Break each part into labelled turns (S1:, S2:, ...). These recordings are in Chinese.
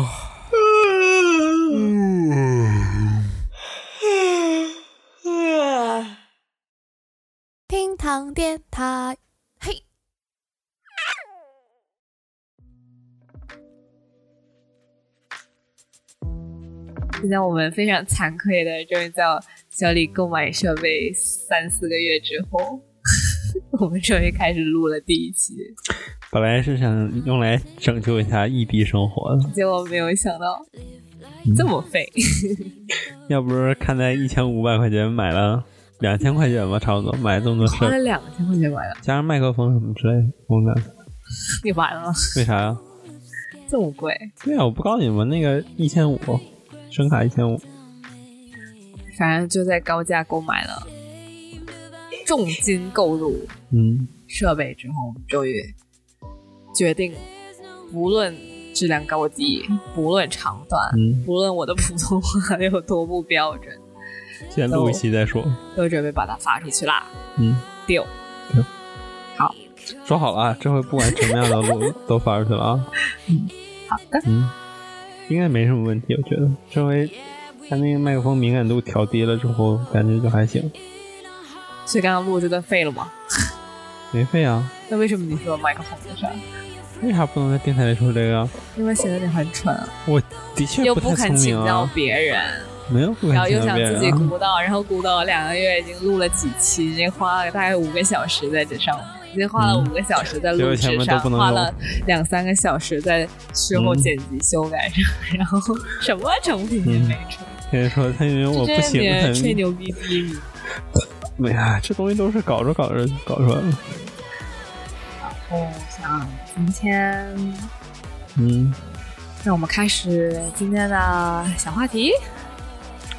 S1: 啊，
S2: 厅堂电台，嘿，
S3: 今天我们非常惭愧的，终于在小李购买设备三四个月之后， 我们终于开始录了第一期。
S1: 本来是想用来拯救一下异地生活的，
S3: 结果没有想到这么费，
S1: 要不是看在一千五百块钱买了两千块钱吧，差不多买这么多设
S3: 花了
S1: 备，
S3: 两千块钱买了，
S1: 加上麦克风什么之类的功能，
S3: 你完了，
S1: 为啥呀、
S3: 这么贵，
S1: 对啊呀、我不告诉你们，那个一千五，声卡一千五，
S3: 反正就在高价购买了，重金购入
S1: 嗯，
S3: 设备之后，我们终于决定，不论质量高低，不论长短，
S1: 嗯
S3: 不论我的普通话有多不标准。
S1: 先录一期再说，
S3: 都准备把它发出去啦。
S1: 嗯，
S3: 六，
S1: 说好了啊，这回不管什么样的 录都发出去了啊，
S3: 好的，
S1: 嗯，应该没什么问题，我觉得这回他那个麦克风敏感度调低了之后，感觉就还行，
S3: 所以刚刚录这段废了吗？
S1: 没费啊。
S3: 那为什么你说麦克风的事儿？
S1: 为啥不能在电台里说这个啊？
S3: 因为显得你很蠢，啊
S1: 我的确
S3: 又
S1: 太聪
S3: 肯请
S1: 明
S3: 教
S1: 啊，
S3: 别人，
S1: 没有不
S3: 然
S1: 敢
S3: 后又
S1: 请
S3: 想
S1: 教别
S3: 自己
S1: 人、啊。
S3: 鼓捣，然后鼓捣了两个月，已经录了几期，已经花了大概五个小时在这上面，已经花了
S1: 嗯
S3: 五个小时在
S1: 结
S3: 录
S1: 果前
S3: 制
S1: 面
S3: 上，
S1: 都不能
S3: 花
S1: 用
S3: 了两三个小时在事后
S1: 嗯
S3: 剪辑修改上，然后什么成品也没出。
S1: 别人说他因为嗯我
S3: 就
S1: 不
S3: 这
S1: 行，
S3: 别人吹
S1: 他
S3: 牛逼逼你，
S1: 没啊，这东西都是搞着搞着就搞出来了。
S3: 我想哦今天
S1: 嗯，
S3: 让我们开始今天的小话题，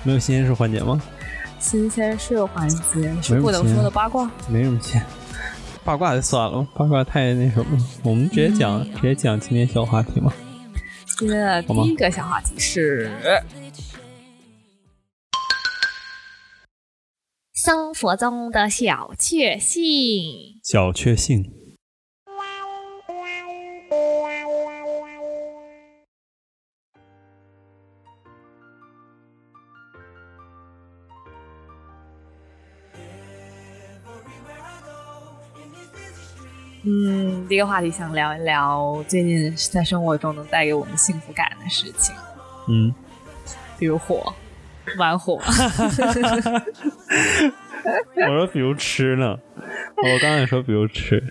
S1: 没有新鲜事环节吗？
S3: 新鲜事环节是不能说的八卦。
S1: 没什么钱，八卦就算了吧，八卦太那什么了。我们直接讲，
S3: 嗯
S1: 直接讲今天小话题嘛。
S3: 今天的第一个小话题是
S2: 生活中的小确幸。
S1: 小确幸，
S3: 嗯，第一个话题想聊一聊最近在生活中能带给我们幸福感的事情，
S1: 嗯，
S3: 比如火，玩火。
S1: 我说比如吃呢，哦我刚才说比如吃，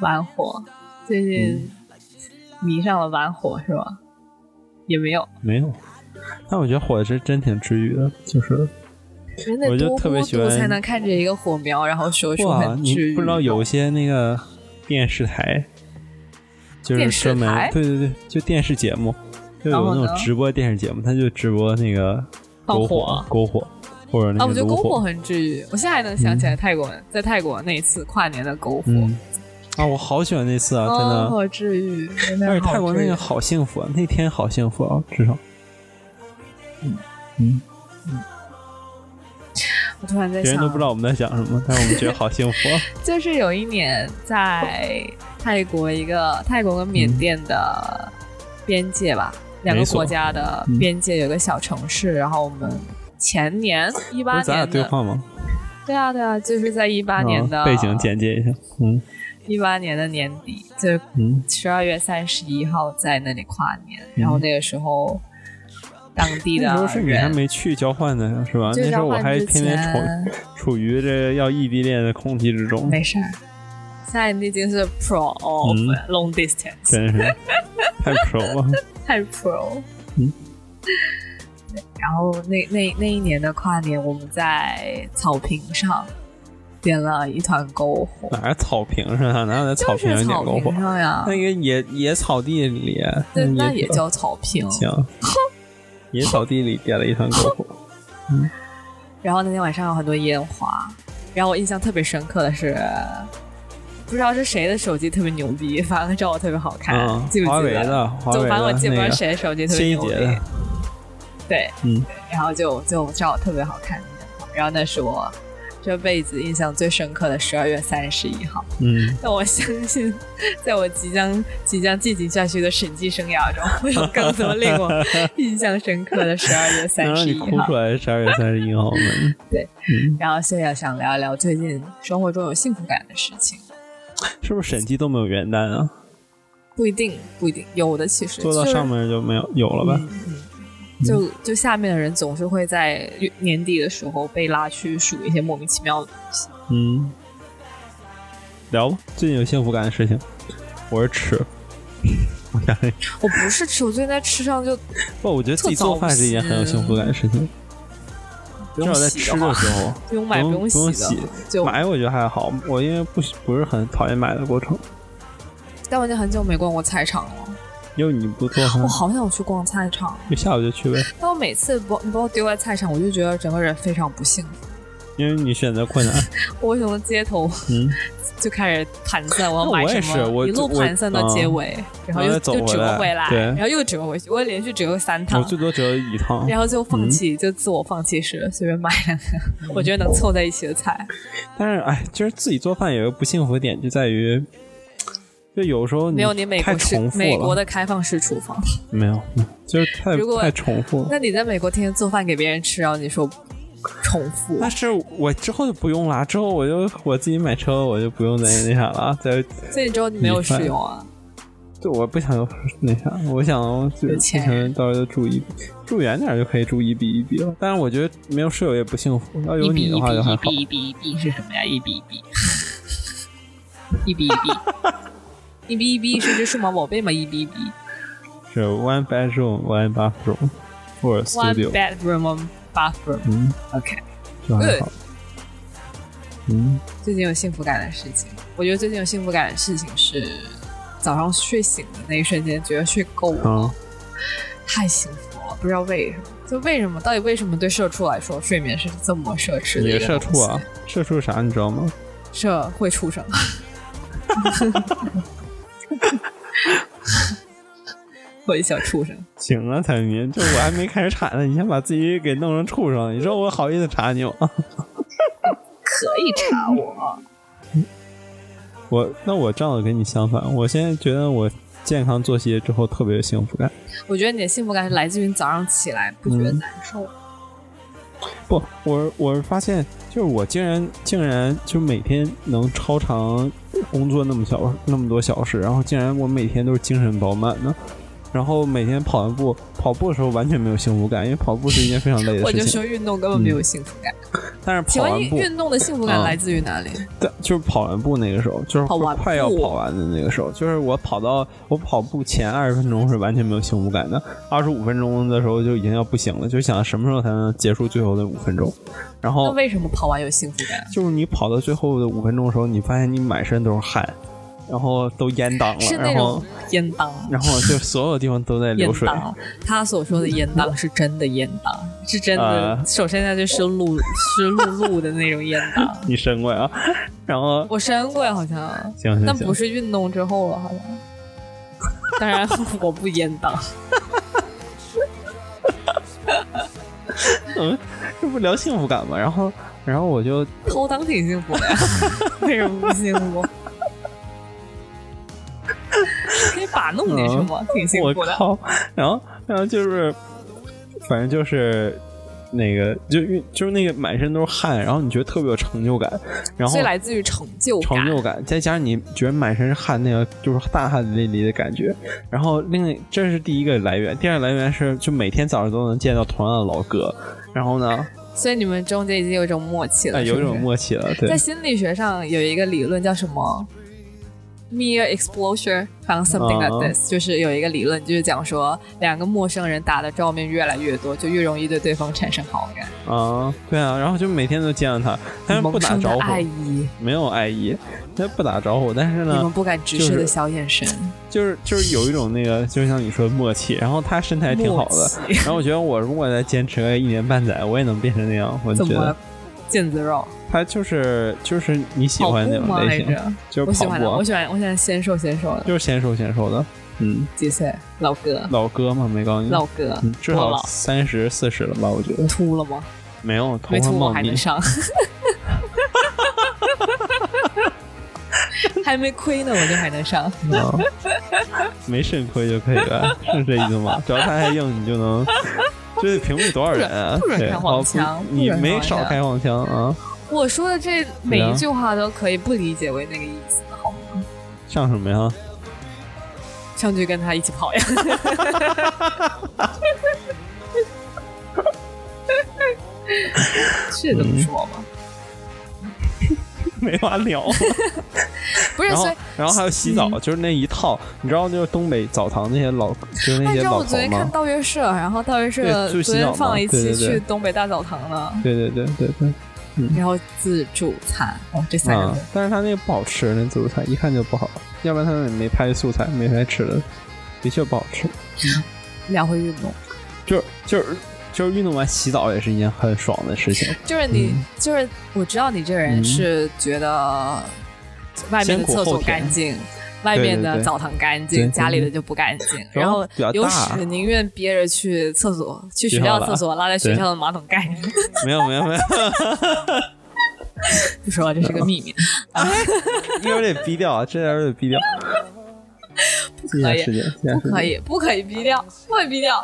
S3: 玩火，最近迷上了玩火是吧？也没有，
S1: 没有。但我觉得火是真挺治愈的，就是
S3: 人得
S1: 我就
S3: 多
S1: 特别
S3: 孤
S1: 喜
S3: 独
S1: 欢
S3: 才能看着一个火苗，然后说说
S1: 哇，
S3: 很
S1: 你
S3: 治愈。
S1: 不知道有一些那个电视台，就是专门
S3: 电视台
S1: 对对对，就电视节目，就
S3: 然
S1: 有
S3: 后呢
S1: 那种直播电视节目，他就直播那个
S3: 放
S1: 篝
S3: 火
S1: 火、篝火或者
S3: 啊，
S1: 那
S3: 我
S1: 个
S3: 觉得
S1: 炉
S3: 篝火
S1: 火。
S3: 很治愈。我现在还能想起来泰国、在泰国那一次跨年的篝火，
S1: 嗯，啊，我好喜欢那次啊，真
S3: 哦，
S1: 的。
S3: 好治愈。真的
S1: 而且
S3: 好
S1: 泰国
S3: 治
S1: 那
S3: 愈
S1: 个好幸福啊，那天好幸福啊，至少
S3: 我突然在
S1: 别人
S3: 想，
S1: 都不知道我们在讲什么，但是我们觉得好幸福啊。
S3: 就是有一年在泰国一个泰国跟
S1: 嗯
S3: 缅甸的边界吧，两个
S1: 没错
S3: 国家的
S1: 嗯
S3: 边界有个小城市，然后我们前年一
S1: 不
S3: 八
S1: 是咱俩
S3: 年
S1: 对
S3: 的，
S1: 话吗？
S3: 对啊对啊，就是在一八年的、
S1: 啊背景简介一下。嗯
S3: 一八年的年底，就是
S1: 嗯，
S3: 十二月三十一号在那里跨年，然后那个时候当地的
S1: 那时候
S3: 人
S1: 是你还没去交换呢，是吧？
S3: 就
S1: 那时候
S3: 交
S1: 我
S3: 换
S1: 还
S3: 之
S1: 天天瞅
S3: 前
S1: 处于这要异地恋的空气之 中，
S3: 没事儿，现在你已经是 pro of
S1: 嗯
S3: long distance，、
S1: 真是 太不熟了。
S3: 太 pro。
S1: 嗯
S3: 对。然后那那那一年的跨年，我们在草坪上点了一团篝火，
S1: 哪儿草坪上啊？哪有在草
S3: 就
S1: 坪
S3: 是
S1: 上点
S3: 草
S1: 篝火嗯
S3: 坪？上呀
S1: 那，个野野草地里，啊
S3: 对，那
S1: 野
S3: 也叫草坪。
S1: 行。野草地里点了一团篝火，
S3: 然后那天晚上有很多烟花，然后我印象特别深刻的是，不知道是谁的手机特别牛逼，发了个照特别好看，
S1: 嗯
S3: 记，不
S1: 华
S3: 记
S1: 为
S3: 得？
S1: 的，华
S3: 总
S1: 为
S3: 反正我记
S1: 的
S3: 不
S1: 那
S3: 到
S1: 个
S3: 谁的手机特别
S1: 新一
S3: 牛逼
S1: 节。的，
S3: 对，
S1: 嗯
S3: 然后就就照特别好看，然后那是我这辈子印象最深刻的十二月三十一号。
S1: 嗯，
S3: 但我相信， 在我即将即将进行下去的审计生涯中，会有更多令我印象深刻的十二月
S1: 能
S3: 三
S1: 让
S3: 十
S1: 你
S3: 一
S1: 哭
S3: 号
S1: 出。来十二月三十一号吗？
S3: 对，
S1: 嗯，
S3: 然后现在想聊一聊最近生活中有幸福感的事情，
S1: 是不是审计都没有元旦啊？
S3: 不一定，不一定，有的其实
S1: 做到
S3: 就是
S1: 上面就没有有了吧？
S3: 嗯嗯，就就下面的人总是会在年底的时候被拉去数一些莫名其妙的东西。
S1: 嗯，聊吧，最近有幸福感的事情，我是吃。我想想，
S3: 我不是吃，我最近在吃上就
S1: 不，我觉得自己做饭是一件很有幸福感的事情，
S3: 不
S1: 至
S3: 用
S1: 少在
S3: 洗
S1: 吃
S3: 的话
S1: 的，时候。
S3: 不用买，
S1: 不用
S3: 用
S1: 不用
S3: 的
S1: 洗，
S3: 就
S1: 买我觉得还好，我因为不喜不是很讨厌买的过程，
S3: 但我已经很久没逛过菜场了，
S1: 因为你不做
S3: 我
S1: 饭，
S3: 好想去逛菜场，
S1: 就下午就去呗，
S3: 但我每次把你把我丢在菜场，我就觉得整个人非常不幸福。
S1: 因为你选择困难。
S3: 我会从街头
S1: 嗯，
S3: 就开始盘算我要买
S1: 那我也
S3: 什
S1: 是
S3: 么，
S1: 我
S3: 一路
S1: 我
S3: 盘算到结尾，然
S1: 然
S3: 后
S1: 后
S3: 又
S1: 再走
S3: 又
S1: 回
S3: 折
S1: 来
S3: 回来，
S1: 对
S3: 然后又折回去，我连续折了三
S1: 我嗯
S3: 趟，
S1: 最多只有一趟，
S3: 然后就放弃，就自我放弃式随便买两个，我觉得能凑在一起的菜。
S1: 但是哎，就是自己做饭有一个不幸福的点就在于，就有时候你
S3: 没有你美
S1: 太
S3: 国式
S1: 重复了，
S3: 美国的开放式厨 房，
S1: 没有，嗯就是太
S3: 如果
S1: 太重复了。
S3: 那你在美国天天做饭给别人吃，然后你说重复
S1: 但，是我之后就不用啦，之后我就我自己买车，我就不用再那啥了，再
S3: 所以之后你没有使用啊？
S1: 就我不想那啥，我想就
S3: 有
S1: 是
S3: 钱
S1: 不想到时候就住一住远点儿就可以住一比一比了。但是我觉得没有室友也不幸福，要有
S3: 一比
S1: 你
S3: 一
S1: 的话就还好。
S3: 比一比一比一比是什么呀？一比一比， 一比一比，一比一比是只数码宝贝吗？一比一比
S1: 是 one bedroom one bathroom or
S3: ，one
S1: studio，
S3: bedroom one bathroom。
S1: 嗯，
S3: OK，
S1: 就还好。嗯，
S3: 最近有幸福感的事情，我觉得最近有幸福感的事情是早上睡醒的那一瞬间，觉得睡够了，
S1: 好，
S3: 太幸福了，不知道为什么。就为什么？到底为什么对社畜来说，睡眠是这么奢侈的？
S1: 你社畜啊？，社畜啥你知道吗？
S3: 社会畜生。 我一小畜生，
S1: 行啊，彩民，就我还没开始查呢，你先把自己给弄成畜生，你说我好意思查你吗？
S3: 可以查我。
S1: 我那我正好跟你相反，我现在觉得我健康作息之后特别有幸福感。
S3: 我觉得你的幸福感是来自于你早上起来不觉
S1: 嗯
S3: 得难受。
S1: 不，我我发现就是我竟然竟然就每天能超长工作那么小那么多小时，然后竟然我每天都是精神饱满的，然后每天跑完步，跑步的时候完全没有幸福感，因为跑步是一件非常累的
S3: 我就
S1: 事情。
S3: 说运动根本没有幸福感。
S1: 但是
S3: 请
S1: 跑
S3: 问
S1: 完
S3: 运
S1: 步，嗯
S3: 运动的幸福感来自于哪里？
S1: 但就是跑完步那个时候，就是
S3: 跑完
S1: 快要
S3: 步
S1: 跑完的那个时候，就是我跑到我跑步前二十分钟是完全没有幸福感的，二十五分钟的时候就已经要不行了，就想什么时候才能结束最后的五分钟，然后
S3: 那为什么跑完有幸福感？
S1: 就是你跑到最后的五分钟的时候，你发现你满身都是汗，然后都淹挡了，
S3: 是
S1: 哦
S3: 那
S1: 然后
S3: 种烟当，
S1: 然后就所有地方都在
S3: 烟
S1: 流水。
S3: 当。他所说的烟当是真的烟当，是真的。
S1: 呃
S3: 首先，它就湿漉湿漉漉的那种烟 当。
S1: 你伸过来啊，然后
S3: 我伸过好像，
S1: 行行行，
S3: 但不是运动之后啊了，好 像。当然， 我不烟当。
S1: 嗯，这不聊幸福感吗？然后然后我就
S3: 偷当挺幸福 的呀，为什么不幸福？可以把弄点什么，挺幸
S1: 嗯我
S3: 福的。
S1: 靠，然后然后就是，反正就是。那个就运就是那个满身都是汗，然后你觉得特别有成就感，然后
S3: 所以来自于成就
S1: 成
S3: 感。
S1: 就感，再加上你觉得满身是汗，那个就是大汗淋漓的感觉。然后另一这是第一个来源，第二个来源是就每天早上都能见到同样的老哥，然后呢，
S3: 所以你们中间已经有一种默契了，
S1: 哎，有一
S3: 是不
S1: 种
S3: 是
S1: 默契了，
S3: 在
S1: 对，
S3: 心理学上有一个理论叫什么 “mere exposure”，反正 something
S1: 啊
S3: like this，、就是有一个理论，就是讲说两个陌生人打的照面越来越多，就越容易对对方产生好感，
S1: 啊，对啊，然后就每天都见到他，但是不
S3: 萌
S1: 打
S3: 生的
S1: 招呼，
S3: 爱意，
S1: 没有爱意，他不打招呼，但是
S3: 你们
S1: 呢，
S3: 不敢直视的小眼神，
S1: 就是就是有一种那个，就像你说的默契，然后他身材哎挺好的，
S3: 默契
S1: 然后我觉得我如果再坚持个一年半载，我也能变成那样，我
S3: 怎
S1: 觉
S3: 么
S1: 得
S3: 腱子肉？
S1: 他就是就是你喜
S3: 跑
S1: 欢那
S3: 步吗
S1: 种
S3: 来
S1: 类型，
S3: 着？
S1: 就
S3: 我
S1: 是
S3: 喜
S1: 跑
S3: 欢
S1: 步
S3: 的，
S1: 啊
S3: 我。喜欢，我喜欢纤瘦纤瘦的，
S1: 就是纤瘦纤瘦的，嗯，
S3: 几岁？老哥，
S1: 老哥嘛，没告诉你，
S3: 老哥，
S1: 嗯至
S3: 多
S1: 少
S3: 老
S1: 三十四十了吧？我觉得
S3: 秃了吗？
S1: 没有，头
S3: 没
S1: 发
S3: 秃我
S1: 茂
S3: 还
S1: 密
S3: 能，上。 还没亏呢，我就还能上。
S1: 啊，没肾亏就可以 了，是这意思吗？只要他还硬，你就能。这屏幕多少人啊？
S3: 不准
S1: 对
S3: 开
S1: 哦
S3: 黄
S1: 不
S3: 腔不
S1: 你
S3: 准开
S1: 没
S3: 黄
S1: 少
S3: 腔
S1: 开黄腔啊！
S3: 我说的这每
S1: 对啊
S3: 一句话都可以不理解为那个意思，好吗？
S1: 像什么呀？
S3: 上去跟他一起跑呀！ 是这么说吗？
S1: 没法 聊。
S3: 不是，
S1: 然
S3: 所
S1: 后
S3: 以，嗯
S1: 然后还有洗澡，就是那一套，你知道，就是东北澡堂那些老，就是那
S3: 按
S1: 些
S3: 照
S1: 老
S3: 我昨
S1: 头
S3: 天看
S1: 吗？
S3: 道月社，然后道月社
S1: 对就是
S3: 昨
S1: 洗澡
S3: 天
S1: 嘛
S3: 放了一
S1: 对
S3: 期
S1: 对对
S3: 去东北大澡堂了，
S1: 对对对对对。
S3: 然后自助餐，哦，这三个
S1: 啊
S3: 字，
S1: 但是他那个不好吃，那自助餐一看就不好，要不然他们也没拍素材，没拍吃的，的确不好吃。
S3: 两回运动，
S1: 就是就是就是运动完洗澡也是一件很爽的事情。
S3: 就是你
S1: 嗯，
S3: 就是我知道你这人
S1: 嗯
S3: 是觉得外面
S1: 先
S3: 的
S1: 苦
S3: 厕
S1: 后
S3: 所
S1: 甜
S3: 干净，外面
S1: 对对
S3: 的
S1: 对
S3: 澡堂干
S1: 对对
S3: 净，
S1: 对
S3: 家里的就不干净，然后
S1: 比较
S3: 有
S1: 大
S3: 屎，宁愿憋着去厕所，去
S1: 学
S3: 学
S1: 校
S3: 校
S1: 拉
S3: 厕所拉在学
S1: 对
S3: 校的马桶盖上。
S1: 没有没有没有，
S3: 不 说了，这是个 秘密，
S1: 一会儿得逼掉啊，这点儿得逼掉。不
S3: 可以
S1: 时间，这 段时
S3: 不
S1: 间
S3: 可以，不可以逼掉，不可以逼掉。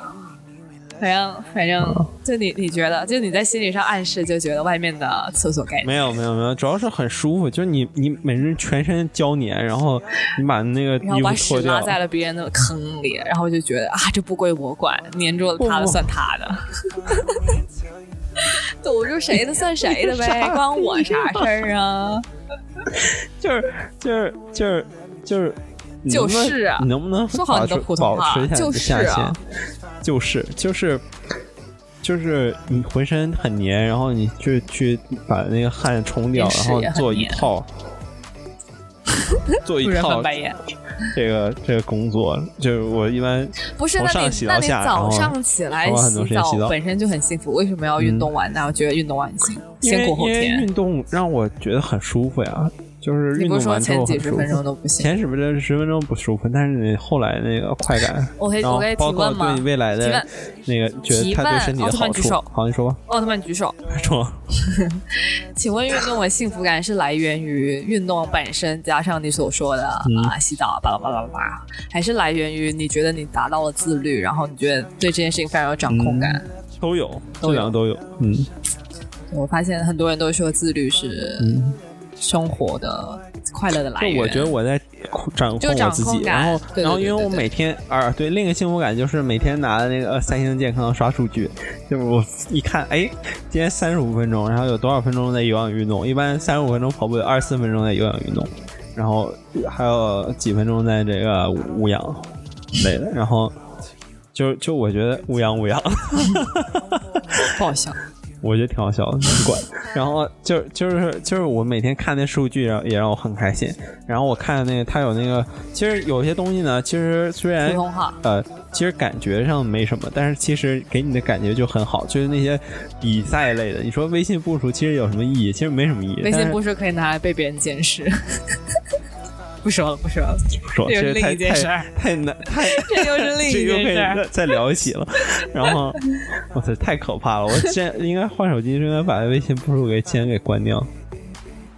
S3: 反正反
S1: 哦
S3: 正，就你你觉得，就你在心理上暗示，就觉得外面的厕所干净。
S1: 没有没有没有，主要是很舒服，就是你你每日全身胶粘，然后你把那个
S3: 然后
S1: 衣
S3: 把
S1: 服
S3: 屎
S1: 脱
S3: 拉
S1: 掉，
S3: 在了别人的坑里，然后就觉得啊，这不归我管，粘住了
S1: 不
S3: 他的
S1: 不
S3: 算他的， 堵住谁的算谁的呗，关我啥事儿啊？
S1: 就是就是就是就是，你能不能
S3: 就是啊
S1: 你能不能
S3: 说好
S1: 保
S3: 你的
S1: 持
S3: 普通
S1: 保
S3: 话
S1: 持一下你
S3: 就
S1: 的下
S3: 是
S1: 限
S3: 啊，
S1: 就是就是就是你浑身很黏，然后你就去把那个汗冲掉，
S3: 也是
S1: 然后
S3: 也很
S1: 做一
S3: 黏
S1: 套。做一
S3: 主人
S1: 套
S3: 翻白眼，
S1: 这个这个工作，就是我一般
S3: 不是？
S1: 从
S3: 那
S1: 上
S3: 你
S1: 洗到
S3: 那你
S1: 下然后
S3: 早上起来
S1: 花很多
S3: 洗
S1: 时间洗澡
S3: 本身就很幸福，为什么要运动完呢？我觉得运动完幸福
S1: 因为
S3: 先苦后
S1: 因为
S3: 甜。
S1: 运动让我觉得很舒服呀，就是
S3: 你
S1: 运
S3: 不
S1: 动
S3: 是说
S1: 完之后
S3: 前几
S1: 很
S3: 十
S1: 舒
S3: 分钟
S1: 服。
S3: 都不行？
S1: 前十分钟十分钟不舒服，但是你后来那个快感，
S3: 我可以
S1: 然
S3: 我
S1: 后
S3: 可以提
S1: 包括
S3: 问吗
S1: 对？未来
S3: 提
S1: 的
S3: 问
S1: 那个觉得
S3: 提
S1: 它对
S3: 问
S1: 身体
S3: 奥
S1: 的
S3: 特曼
S1: 好
S3: 举
S1: 处
S3: 手，
S1: 好，你说吧，
S3: 奥特曼哦举手，
S1: 说吧
S3: 请问运动的幸福感是来源于运动本身，加上你所说的啊、
S1: 嗯
S3: 洗澡巴拉巴拉巴拉，还是来源于你觉得你达到了自律，然后你觉得对这件事情非常有掌控
S1: 嗯
S3: 感？
S1: 都有，
S3: 都
S1: 这两个都有，嗯
S3: 我发现很多人都说自律是生活的快乐的来源。
S1: 嗯就我觉得我在掌控
S3: 就
S1: 我
S3: 掌
S1: 自己，
S3: 控感
S1: 然后
S3: 对对
S1: 然后
S3: 对
S1: 因为
S3: 对
S1: 我
S3: 对
S1: 每天啊，对另一个幸福感就是每天拿那个呃三星健康刷数据，就是我一看，哎，今天三十五分钟，然后有多少分钟在有氧运动？一般三十五分钟跑步，有二十四分钟在有氧运动，然后还有几分钟在这个无氧之类的，然后。就就我觉得无氧无氧，
S3: 不好笑，
S1: 我觉得挺好笑的，你 管。然后就就是就是我每天看那数据，然后也让我很开心。然后我看那个它有那个，其实有些东西呢，其实虽
S3: 普
S1: 然
S3: 通话
S1: 呃，其实感觉上没什么，但是其实给你的感觉就很好。就是那些比赛类的，你说微信步数其实有什么意义？其实没什么意义。
S3: 微信
S1: 但是
S3: 不是可以拿来被别人监视。 不说了，不说了，
S1: 不说，其
S3: 这是
S1: 实
S3: 另
S1: 太
S3: 一件事儿
S1: 太太难太。
S3: 这又是另
S1: 这
S3: 一
S1: 又可
S3: 件
S1: 以
S3: 事儿。
S1: 再再聊一 起了，然后，我操，太可怕了！我现在应该换手机，就应该把微信步数给先给关掉。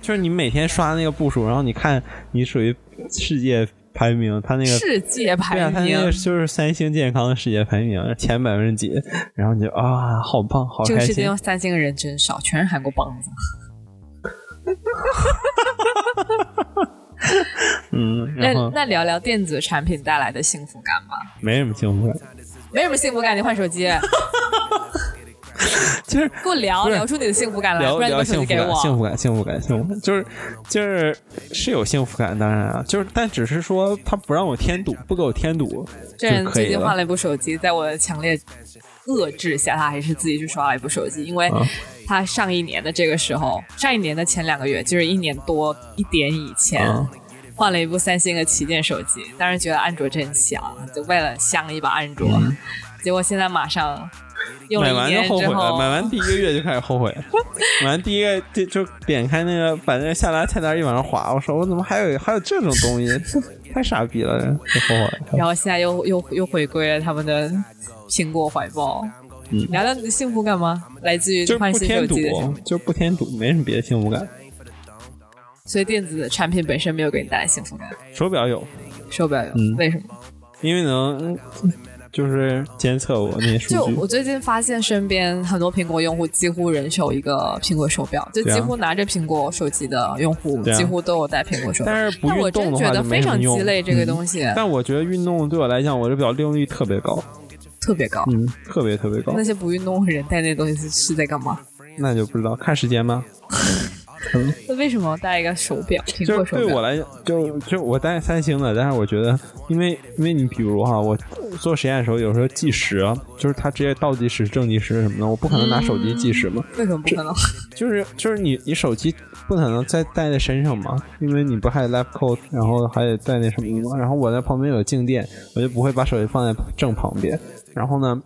S1: 就是你每天刷那个步数，然后你看你属于世界排名，它那个
S3: 世界
S1: 对
S3: 排
S1: 啊，它那
S3: 名、
S1: 个就是三星健康的世界排名前百分之几，然后你就啊，好棒，好
S3: 这个
S1: 开
S3: 世界
S1: 心
S3: 上。三星的人真少，全是韩国棒子。
S1: 嗯，
S3: 那
S1: 然后
S3: 那聊聊电子产品带来的幸福感吧。
S1: 没什么幸福感，
S3: 没什么幸福感，你换 手机，
S1: 就是
S3: 给我聊
S1: 不是
S3: 聊出你的幸福感来，
S1: 聊
S3: 呃不然你
S1: 聊
S3: 把手
S1: 幸
S3: 机
S1: 福感，
S3: 给
S1: 幸
S3: 我。
S1: 福感，幸福感，幸福感，就是就是是有幸福感，当然啊，就是但只是说他不让我添堵，不给我添堵
S3: 这人
S1: 就可
S3: 最
S1: 以
S3: 近换
S1: 了。
S3: 了一部手机，在我的强烈遏制下，他还是自己去刷了一部手机，因为他上一年的这个时候，
S1: 嗯
S3: 上一年的前两个月，就是一年多一点以前。
S1: 啊
S3: 换了一部三星的旗舰手机，当时觉得安卓真香，就为了香一把安卓。结果现在马上用了
S1: 嗯买
S3: 一
S1: 完就
S3: 年
S1: 后
S3: 之
S1: 悔了，
S3: 后，
S1: 买完第一个月就开始后悔， 买完第一个就就点开那个把那个下拉菜单一往上滑，我说我怎么还有还有这种东西， 太傻逼了，就后悔了。
S3: 然后现在又又又回归了他们的苹果怀抱。
S1: 嗯
S3: 聊聊你的幸福感吗？来自于
S1: 就是
S3: 换
S1: 不
S3: 新手
S1: 添堵哦
S3: 机的幸福，
S1: 就是不添堵，没什么别的幸福感。
S3: 所以电子产品本身没有给你带来幸福感。
S1: 手表有，
S3: 手表有，
S1: 嗯
S3: 为什么？
S1: 因为能就是监测我那些
S3: 就
S1: 数据
S3: 我最近发现，身边很多苹果用户几乎人手一个苹果手表，就
S1: 对啊
S3: 几乎拿着苹果手机的用户，
S1: 对啊
S3: 几乎都有戴苹果手表。
S1: 但是不
S3: 但我
S1: 运
S3: 真
S1: 动的
S3: 觉
S1: 话
S3: 得
S1: 就没
S3: 非
S1: 什么
S3: 常
S1: 用。
S3: 鸡肋，这个
S1: 嗯
S3: 东西、
S1: 但我觉得运动对我来讲，我这表利用率特别高，
S3: 特别高。
S1: 嗯，特别特别高
S3: 那。些不运动的人戴那东西是是在干嘛？
S1: 那就不知道看时间吗？
S3: 那为什么要戴一个手表？苹
S1: 就
S3: 果
S1: 是
S3: 手
S1: 对我
S3: 表？
S1: 来讲，就就我戴三星的，但是我觉得，因为因为你比如哈，我做实验的时候，有时候计时啊，就是它直接倒计时、正计时什么的，我不可能拿手机计时嘛。
S3: 为什么不可能？
S1: 就是就是你你手机不可能再带在身上嘛，因为你不还得 lab coat，然后还得带那什么嘛。然后我在旁边有静电，我就不会把手机放在正旁边。然后呢，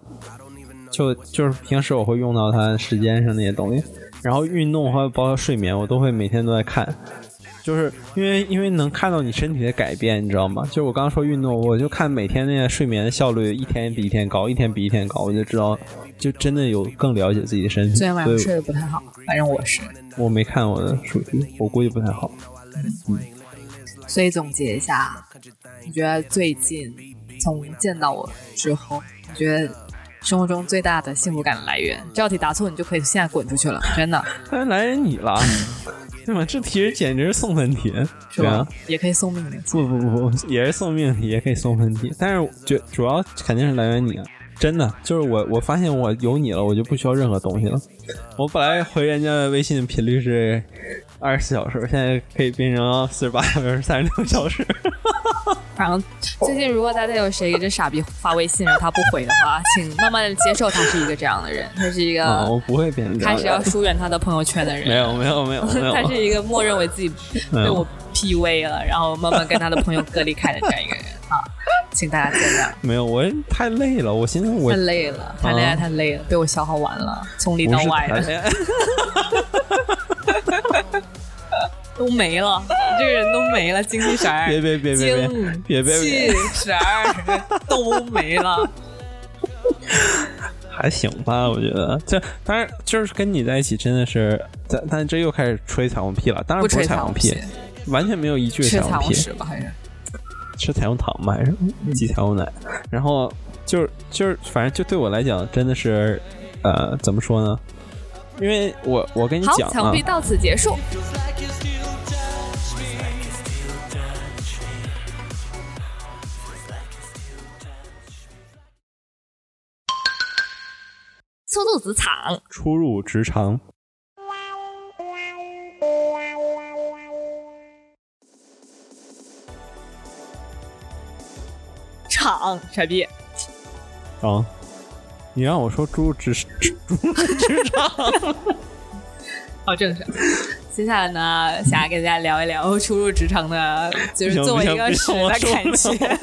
S1: 就就是平时我会用到它时间上那些东西，然后运动还有包括睡眠，我都会每天都在看。就是因为因为能看到你身体的改变，你知道吗？就是我刚刚说运动，我就看每天那个睡眠的效率一天比一天高，一天比一天高，我就知道就真的有更了解自己的身体。
S3: 昨天晚上
S1: 所以
S3: 睡得不太好，反正我是。
S1: 我没看我的手机，我估计不太好。
S3: 所以总结一下，你觉得最近从见到我之后，你觉得生活中最大的幸福感来源？这道题答错，你就可以现在滚出去了，真的
S1: 但是来人你 了，对吧？这题简直是送分题，
S3: 是
S1: 对
S3: 吧？
S1: 啊，
S3: 也可以送命令。
S1: 不不不不，也是送命题，也可以送分题，但是主主要肯定是来源你啊。真的，就是我，我发现我有你了，我就不需要任何东西了。我本来回人家的微信频率是二十四小时，现在可以变成四十八小时、三十六小 时。
S3: 然后最近如果大家有谁给这傻逼发微信，然后他不回的话，请慢慢的接受他是一个这样的人，他是一
S1: 啊，
S3: 个
S1: 我不会变成这样
S3: 开
S1: 的
S3: 始要疏远他的朋友圈的
S1: 没
S3: 人。
S1: 有没有没有没有 啊
S3: 他是一个默认为自己
S1: 没
S3: 被
S1: 有
S3: 我 PUA 了，然后慢慢跟他的朋友隔离开的这样一个人啊，请大家见谅。
S1: 没有，我太累了，我寻思我
S3: 太累了，谈恋爱太累了，被我消耗完了，从里
S1: 不
S3: 到
S1: 是
S3: 外
S1: 谈
S3: 的
S1: 恋爱。
S3: 都没了，你这个人都没了，精气神 儿，
S1: 别别别别别
S3: 精
S1: 别别别
S3: 气神儿都没 了。
S1: 还行吧，我觉得。这当然就是跟你在一起真的是，但但这又开始吹彩虹屁了。当然
S3: 不
S1: 不是
S3: 吹
S1: 彩
S3: 彩
S1: 虹
S3: 虹
S1: 屁
S3: 屁，
S1: 完全没有一句
S3: 吃
S1: 彩
S3: 彩
S1: 虹
S3: 虹
S1: 屁，
S3: 屎吧，还是
S1: 吃彩虹糖吗？还是挤彩虹奶？然后就是就是，反正就对我来讲，真的是，呃，怎么说呢？因为我我跟你
S3: 好，
S1: 讲
S3: 彩虹
S1: 啊
S3: 屁，到此结束。
S2: 初入职场，
S1: 初入职场，
S3: 场傻逼，
S1: 啊，你让我说初入职职
S3: 好哦正常。接下来呢，想要跟大家聊一聊初入职场的，就是
S1: 不行
S3: 作为
S1: 不
S3: 一
S1: 行
S3: 个屎
S1: 不
S3: 的
S1: 行
S3: 感
S1: 我受不
S3: 觉，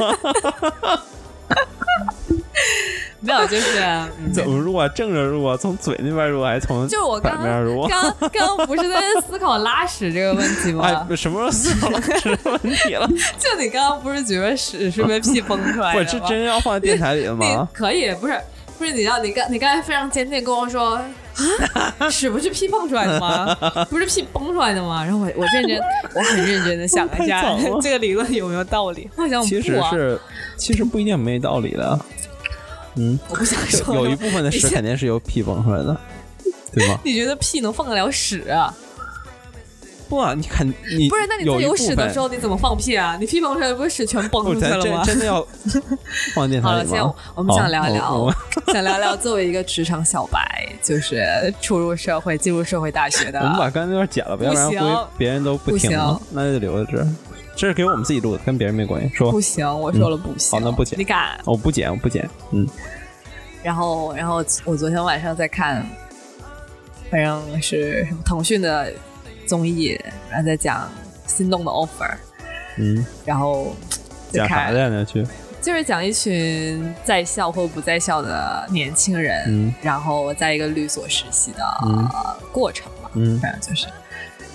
S3: 没有，就是嗯
S1: 怎么入啊？正着入啊？从嘴那边入还是从
S3: 就是我刚
S1: 反面入？啊
S3: 刚刚刚不是在思考拉屎这个问 题吗？
S1: 哎，什么时候死 了？什么问题了？
S3: 就你刚刚不是觉得屎是被屁崩出来的
S1: 我
S3: 吗？
S1: 这真要放在电台里了
S3: 你
S1: 吗？
S3: 可以不是不是你让你刚你刚才非常坚定跟我说 啊，屎不是屁蹦出来的吗？不是屁崩出来的吗？然后我我认真我很认真的想了一
S1: 太
S3: 下
S1: 早了
S3: 这个理论有没有道理，我 想
S1: 其
S3: 不
S1: 实
S3: 啊，
S1: 是，其实不一定没道理的。嗯，
S3: 我不想 说
S1: 有一部分的屎肯定是由屁蹦出来 的，对吗？
S3: 你觉得屁能放得了屎啊？
S1: 不啊，你肯你
S3: 不是，那你
S1: 有
S3: 在
S1: 一
S3: 有
S1: 部
S3: 屎的
S1: 分
S3: 时，候你怎么放屁啊？你屁蹦出来不是屎全崩
S1: 不
S3: 出
S1: 是，
S3: 去
S1: 咱
S3: 了
S1: 真
S3: 吗？
S1: 真的 要放电
S3: 好
S1: 台
S3: 了，
S1: 里
S3: 现在
S1: 吗
S3: 我？我们想聊
S1: 哎好我
S3: 聊，想聊聊作为一个职场小白，就是初入社会、进入社会大学的
S1: 我们把刚才那段剪了吧，要
S3: 啊不
S1: 不然
S3: 行
S1: 估计别人都不听了
S3: 不，
S1: 那就留在这儿。这是给我们自己录的，跟别人没关系。说嗯
S3: 不行，我说了不行，
S1: 好那不剪
S3: 你敢？
S1: 我不剪，我不剪。嗯，
S3: 然后，然后我昨天晚上在看，反正是什么腾讯的综艺，然后在讲心动的 offer，
S1: 嗯，
S3: 然后就
S1: 讲啥
S3: 看
S1: 的呀？那去，
S3: 就是讲一群在校或不在校的年轻人，
S1: 嗯
S3: 然后在一个律所实习的、
S1: 嗯
S3: 过程吧，
S1: 嗯，
S3: 反正就是。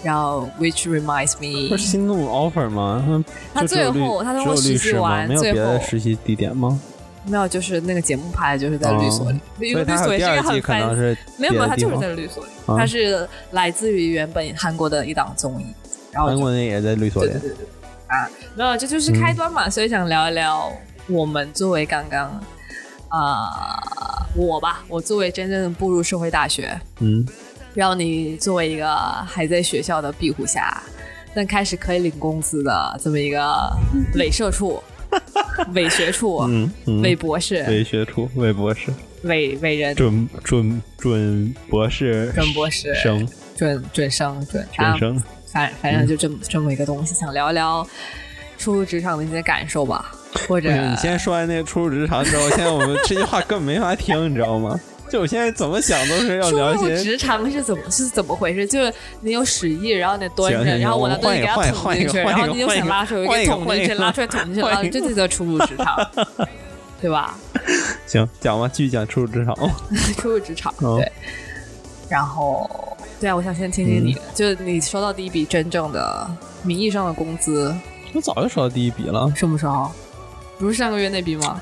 S3: 然后，which reminds me，
S1: 不是心动 offer 吗？
S3: 他
S1: 就只有
S3: 最
S1: 律
S3: 后他
S1: 只
S3: 最
S1: 有
S3: 后
S1: 律
S3: 实习
S1: 师吗？
S3: 完
S1: 没有别
S3: 最
S1: 的
S3: 后
S1: 实习地点吗？
S3: 没有，就是那个节目拍的就是在律所里，因
S1: 哦所以
S3: 为律
S1: 他
S3: 所
S1: 有
S3: 也
S1: 第
S3: 是一
S1: 二
S3: 个
S1: 季
S3: 很
S1: 可
S3: 繁
S1: 能是
S3: 没有没
S1: 别
S3: 有，
S1: 的
S3: 他
S1: 地
S3: 就是
S1: 方
S3: 在律所里，
S1: 啊
S3: 他是来自于原本韩国的一档综艺，然后我
S1: 韩
S3: 就
S1: 国人也在律所
S3: 对
S1: 里
S3: 对，对对啊，没有，这就是开端
S1: 嗯
S3: 嘛，所以想聊一聊我们作为刚刚啊、我吧，我作为真正步入社会大学，
S1: 嗯，
S3: 让你作为一个还在学校的壁虎侠，但开始可以领工资的这么一个伪社 畜、伪学处、
S1: 嗯嗯，
S3: 伪博士、
S1: 伪学处，伪博士，
S3: 伪伪人、
S1: 准准准博士，
S3: 准博士
S1: 生
S3: 准准生、准
S1: 准
S3: 啊，
S1: 生，嗯
S3: 反反正就这么、这么一个东西，想聊聊初入职场的一些感受吧，或
S1: 不
S3: 者
S1: 哎行，你先说完那个初入职场之后，现在我们这句话根本没法听，你知道吗？就我现在怎么想都是要
S3: 初
S1: 聊
S3: 入
S1: 一些。
S3: 职场是怎么是怎么回事？就是你有屎意，然后你蹲
S1: 行
S3: 着，
S1: 行
S3: 然后
S1: 行，
S3: 我
S1: 我
S3: 拿
S1: 们换
S3: 东西
S1: 一
S3: 给
S1: 个，换一个，
S3: 它捅进去，然后你又
S1: 换一
S3: 想
S1: 个
S3: 拉出来，
S1: 换
S3: 给
S1: 一个
S3: 捅进
S1: 换一
S3: 去，
S1: 个
S3: 拉出来，捅进去，
S1: 换一
S3: 拉
S1: 个
S3: 出来，这就叫初入职场，对吧？
S1: 行，讲吧，继续讲初入职场。哦
S3: 初入职场，
S1: 嗯
S3: 对。然后，对啊，我想先听听
S1: 嗯
S3: 你的，就是你收到第一笔真正的名义上的工资，
S1: 我早就收到第一笔了，
S3: 什么时候？不是上个月那笔吗？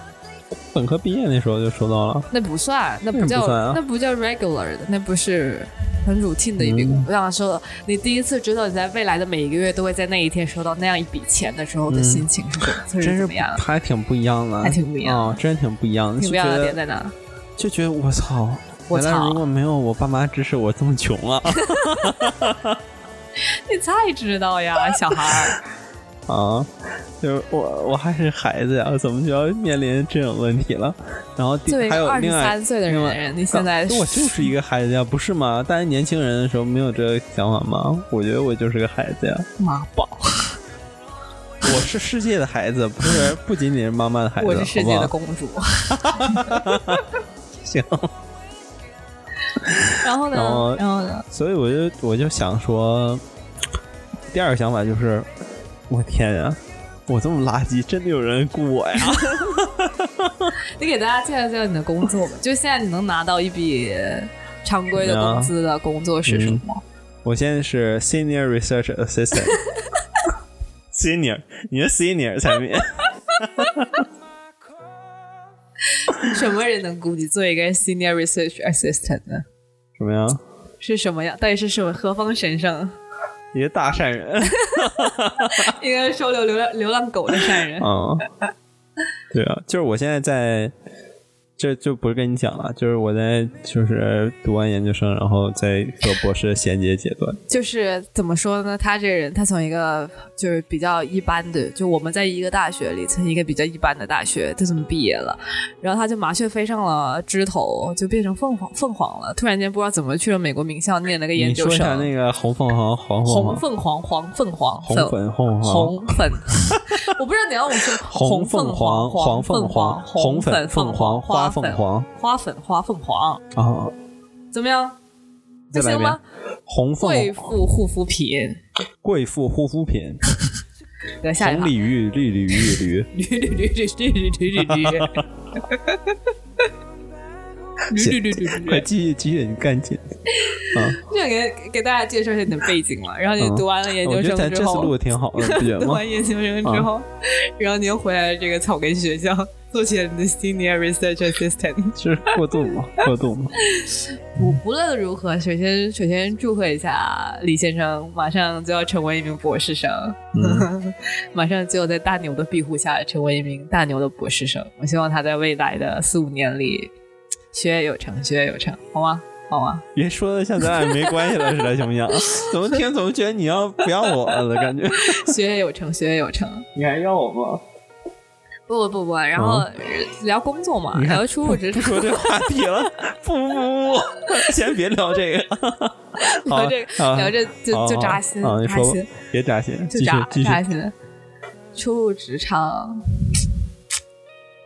S1: 本科毕业那时候就收到了。
S3: 那不算，那不
S1: 那
S3: 叫
S1: 不算啊
S3: 那不叫 regular 的，那不是很 routine 的一笔
S1: 嗯
S3: 工作。让我说，你第一次知道你在未来的每一个月都会在那一天收到那样一笔钱的时候的
S1: 嗯
S3: 心情是什么？就
S1: 真
S3: 是
S1: 是
S3: 怎么样？啊
S1: 还挺不一样的，
S3: 还挺不一样的
S1: 哦，真挺不一样的，
S3: 挺
S1: 就
S3: 不一样
S1: 觉
S3: 的
S1: 得
S3: 点在哪？
S1: 就觉得我操，
S3: 我
S1: 原来
S3: 操
S1: 如果没有我爸妈支持我这么穷啊
S3: 你才知道呀，小 孩儿。
S1: 啊！就是我我还是孩子呀，怎么就要面临这种问题了？然后第
S3: 作为一
S1: 还有
S3: 个二十
S1: 另外
S3: 三岁的
S1: 另外
S3: 人，你现在
S1: 我就是一个孩子呀，不是吗？大家年轻人的时候没有这个想法吗？我觉得我就是个孩子呀，
S3: 妈宝，
S1: 我是世界的孩子，不是不仅仅是妈妈的孩子，
S3: 我是世界
S1: 好
S3: 的
S1: 不好
S3: 公 主。
S1: 行。
S3: 然后呢
S1: 然后？
S3: 然后呢？
S1: 所以我就我就想说，第二个想法就是，我天呀，我这么垃圾，真的有人雇我 呀？
S3: 你给大家介绍介绍你的工作吧。就现在你能拿到一笔常规的工资的工作是什么？
S1: 我现在是 senior research assistant 。senior，你是 senior 才面
S3: 什么人能估计做一个 senior research assistant 呢？
S1: 什么呀？
S3: 是什么样？到底是什么何方神圣？
S1: 一个大善人
S3: 应该收留流浪流浪狗的善人。
S1: 啊、对啊，就是我现在在，这就不是跟你讲了，就是我在就是读完研究生，然后在和博士衔接阶段，
S3: 就是怎么说呢？他这个人，他从一个就是比较一般的，就我们在一个大学里，从一个比较一般的大学，他怎么毕业了？然后他就麻雀飞上了枝头，就变成凤凰凤凰了。突然间不知道怎么去了美国名校念了个研
S1: 你
S3: 究
S1: 说一下
S3: 生。
S1: 那个红凤凰、黄凤 凰、
S3: 红凤凰，黄凤凰，
S1: 红粉凤凰、
S3: 红粉， 我不知道你要我说
S1: 红
S3: 凤
S1: 凤凰、
S3: 黄
S1: 凤
S3: 凰、
S1: 红
S3: 粉
S1: 凤
S3: 凰、
S1: 花凤、凰。
S3: 凤花粉、花凤凰，
S1: 哦，
S3: 怎么样？
S1: 再
S3: 这
S1: 来一
S3: 行
S1: 遍
S3: 吗？。
S1: 红凤
S3: 贵妇护肤品，
S1: 贵妇护肤品，
S3: 得 下一
S1: 红
S3: 趴。
S1: 鲤鱼、绿鲤鱼、驴，
S3: 驴驴驴驴驴驴驴驴驴。
S1: 行
S3: 驴驴驴驴
S1: 快
S3: 驴，
S1: 继续继续，你赶紧。啊，
S3: 就想给给大家介绍一下你的背景嘛。然后你
S1: 嗯
S3: 读完了研
S1: 我
S3: 究
S1: 觉得
S3: 生
S1: 咱这
S3: 哎之
S1: 次录
S3: 后
S1: 的，挺好的，你不觉得
S3: 读
S1: 吗？
S3: 完研究生之后，然后你又回来了这个草根学校，做起了你的 senior research assistant。
S1: 就是过渡嘛，过渡 嘛。
S3: 不不论如何，首先首先祝贺一下李先生，马上就要成为一名博士生，
S1: 嗯
S3: 马上就要在大牛的庇护下成为一名大牛的博士生。我希望他在未来的四五年里学业有成，学业有成，好吗？好吗？
S1: 别说的像咱俩没关系了似的，行不行？怎么听怎么觉得你要不要我了的感觉？
S3: 学业有成，学业有成。
S1: 你还要我吗？
S3: 不不不，然后聊工作嘛，
S1: 哦你看
S3: 聊初入职
S1: 不
S3: 场，
S1: 说这个话题了，不不不，不先别聊这个，好
S3: 聊这
S1: 啊
S3: 个，聊这就就扎心，
S1: 啊！你
S3: 扎
S1: 说吧
S3: 心。，
S1: 别扎心，
S3: 就
S1: 继续
S3: 扎
S1: 继续
S3: 扎起来。初入职场，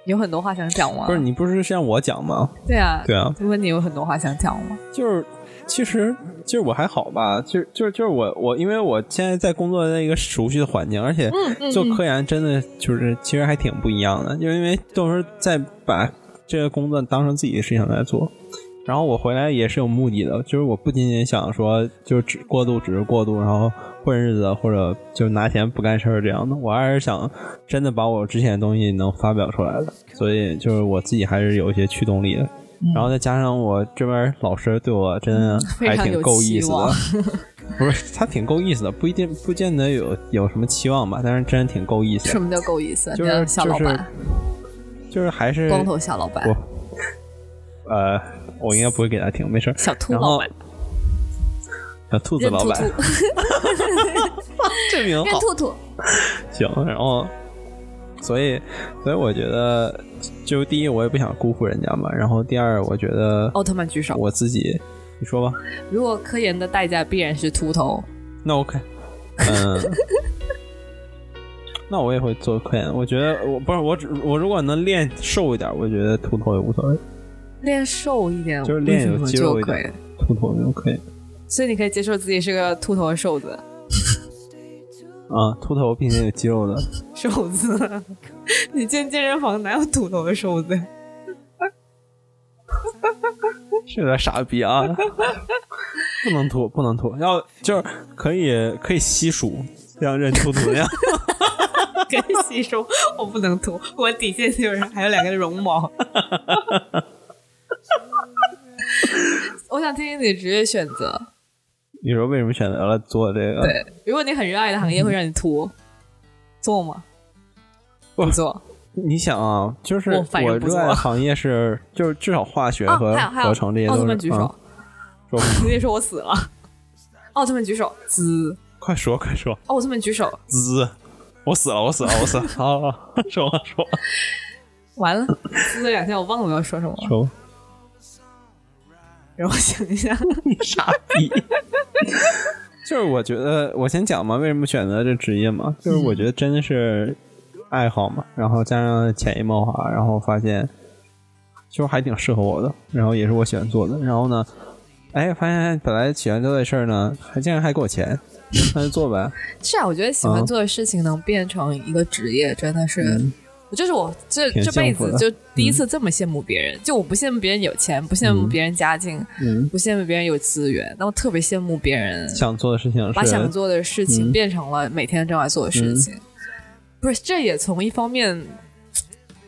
S3: 有很多话想讲吗？
S1: 不是你不是让我讲吗？
S3: 对啊，
S1: 对啊，
S3: 就问你有很多话想讲吗？
S1: 就是其实其实我还好吧，就是就是就是我我因为我现在在工作在一个熟悉的环境，而且做科研真的就是其实还挺不一样的，就是因为都是在把这个工作当成自己的事情来做。然后我回来也是有目的的，就是我不仅仅想说就只过度只是过度，然后混日子或者就拿钱不干事儿这样的，我还是想真的把我之前的东西能发表出来的，所以就是我自己还是有一些驱动力的。然后再加上我这边老师对我真的
S3: 嗯非
S1: 还
S3: 常有
S1: 挺够意思
S3: 期望
S1: 的，不是他挺够意思的，不一定不见得有有什么期望吧，但是真挺够意思
S3: 什
S1: 的，
S3: 么叫够意思？
S1: 就
S3: 你
S1: 是
S3: 的小老板，
S1: 就是就是还是
S3: 光头小老板，
S1: 我呃，我应该不会给他听，没事儿。
S3: 小兔
S1: 然
S3: 老
S1: 后
S3: 板，
S1: 小兔子
S3: 任
S1: 老
S3: 兔
S1: 板，
S3: 兔，
S1: 这名
S2: 任
S1: 好
S2: 兔兔，
S1: 行，然后，所以，所以我觉得，就第一，我也不想辜负人家嘛。然后第二，我觉得
S3: 奥特曼举手。
S1: 我自己，你说吧，
S3: 如果科研的代价必然是秃头，
S1: 那 OK，嗯，那我也会做科研。我觉得我不是我只，我如果能练瘦一点，我觉得秃头也无所谓，
S3: 练瘦一点，
S1: 就是练有
S3: 为什么
S1: 肌肉
S3: 就
S1: 一
S3: 可以
S1: 点。，秃头就可以
S3: 所以你可以接受自己是个秃头的瘦子，
S1: 啊，秃头并且有肌肉的，
S3: 瘦子。 你进健身房哪有秃头的瘦子？
S1: 是有点傻逼啊， 不能秃，不能秃，要就是可以可以吸鼠，像认秃秃那样。
S3: 跟吸收，我不能涂，我底线就是还有两根绒毛。 我想听听你的职业选择。
S1: 你说为什么选择了做这个？
S3: 对，如果你很热爱的行业会让你涂，做吗？
S1: 不
S3: 做。
S1: 你想啊，就是
S3: 我反应
S1: 我
S3: 不错
S1: 热爱的行业是，就是至少化学
S3: 啊，
S1: 和
S3: 还有还有，
S1: 合成这些
S3: 奥特
S1: 都是
S3: 曼。举
S1: 嗯
S3: 手，
S1: 说吧
S3: 你得说我死了。奥特曼举手，滋！
S1: 快说快说，
S3: 奥特曼举手，
S1: 滋！我死了我死了我死了，好好好， 说吧说吧
S3: 完了，滋了两下，我忘了我要说什么了，
S1: 说吧，
S3: 让我想一下。
S1: 你 傻逼。 就是我觉得，我先讲嘛，为什么选择这职业嘛？就是我觉得真的是爱好嘛，然后加上潜移默化，然后发现就还挺适合我的，然后也是我喜欢做的。然后呢，哎，发现本来喜欢做的事儿呢，还竟然还给我钱，那就做呗。
S3: 是啊，我觉得喜欢做的事情能变成一个职业，真的是，
S1: 嗯
S3: 我就是我这
S1: 挺
S3: 这辈
S1: 幸福
S3: 子
S1: 的
S3: 就第一次这么羡慕别人。就我不羡慕别人有钱，不羡慕
S1: 嗯
S3: 别人家境，
S1: 嗯，
S3: 不羡慕别人有资源，那我特别羡慕别人
S1: 想做的事情是
S3: 把想做的事情
S1: 嗯
S3: 变成了每天正在做的事情。不是，这也从一方面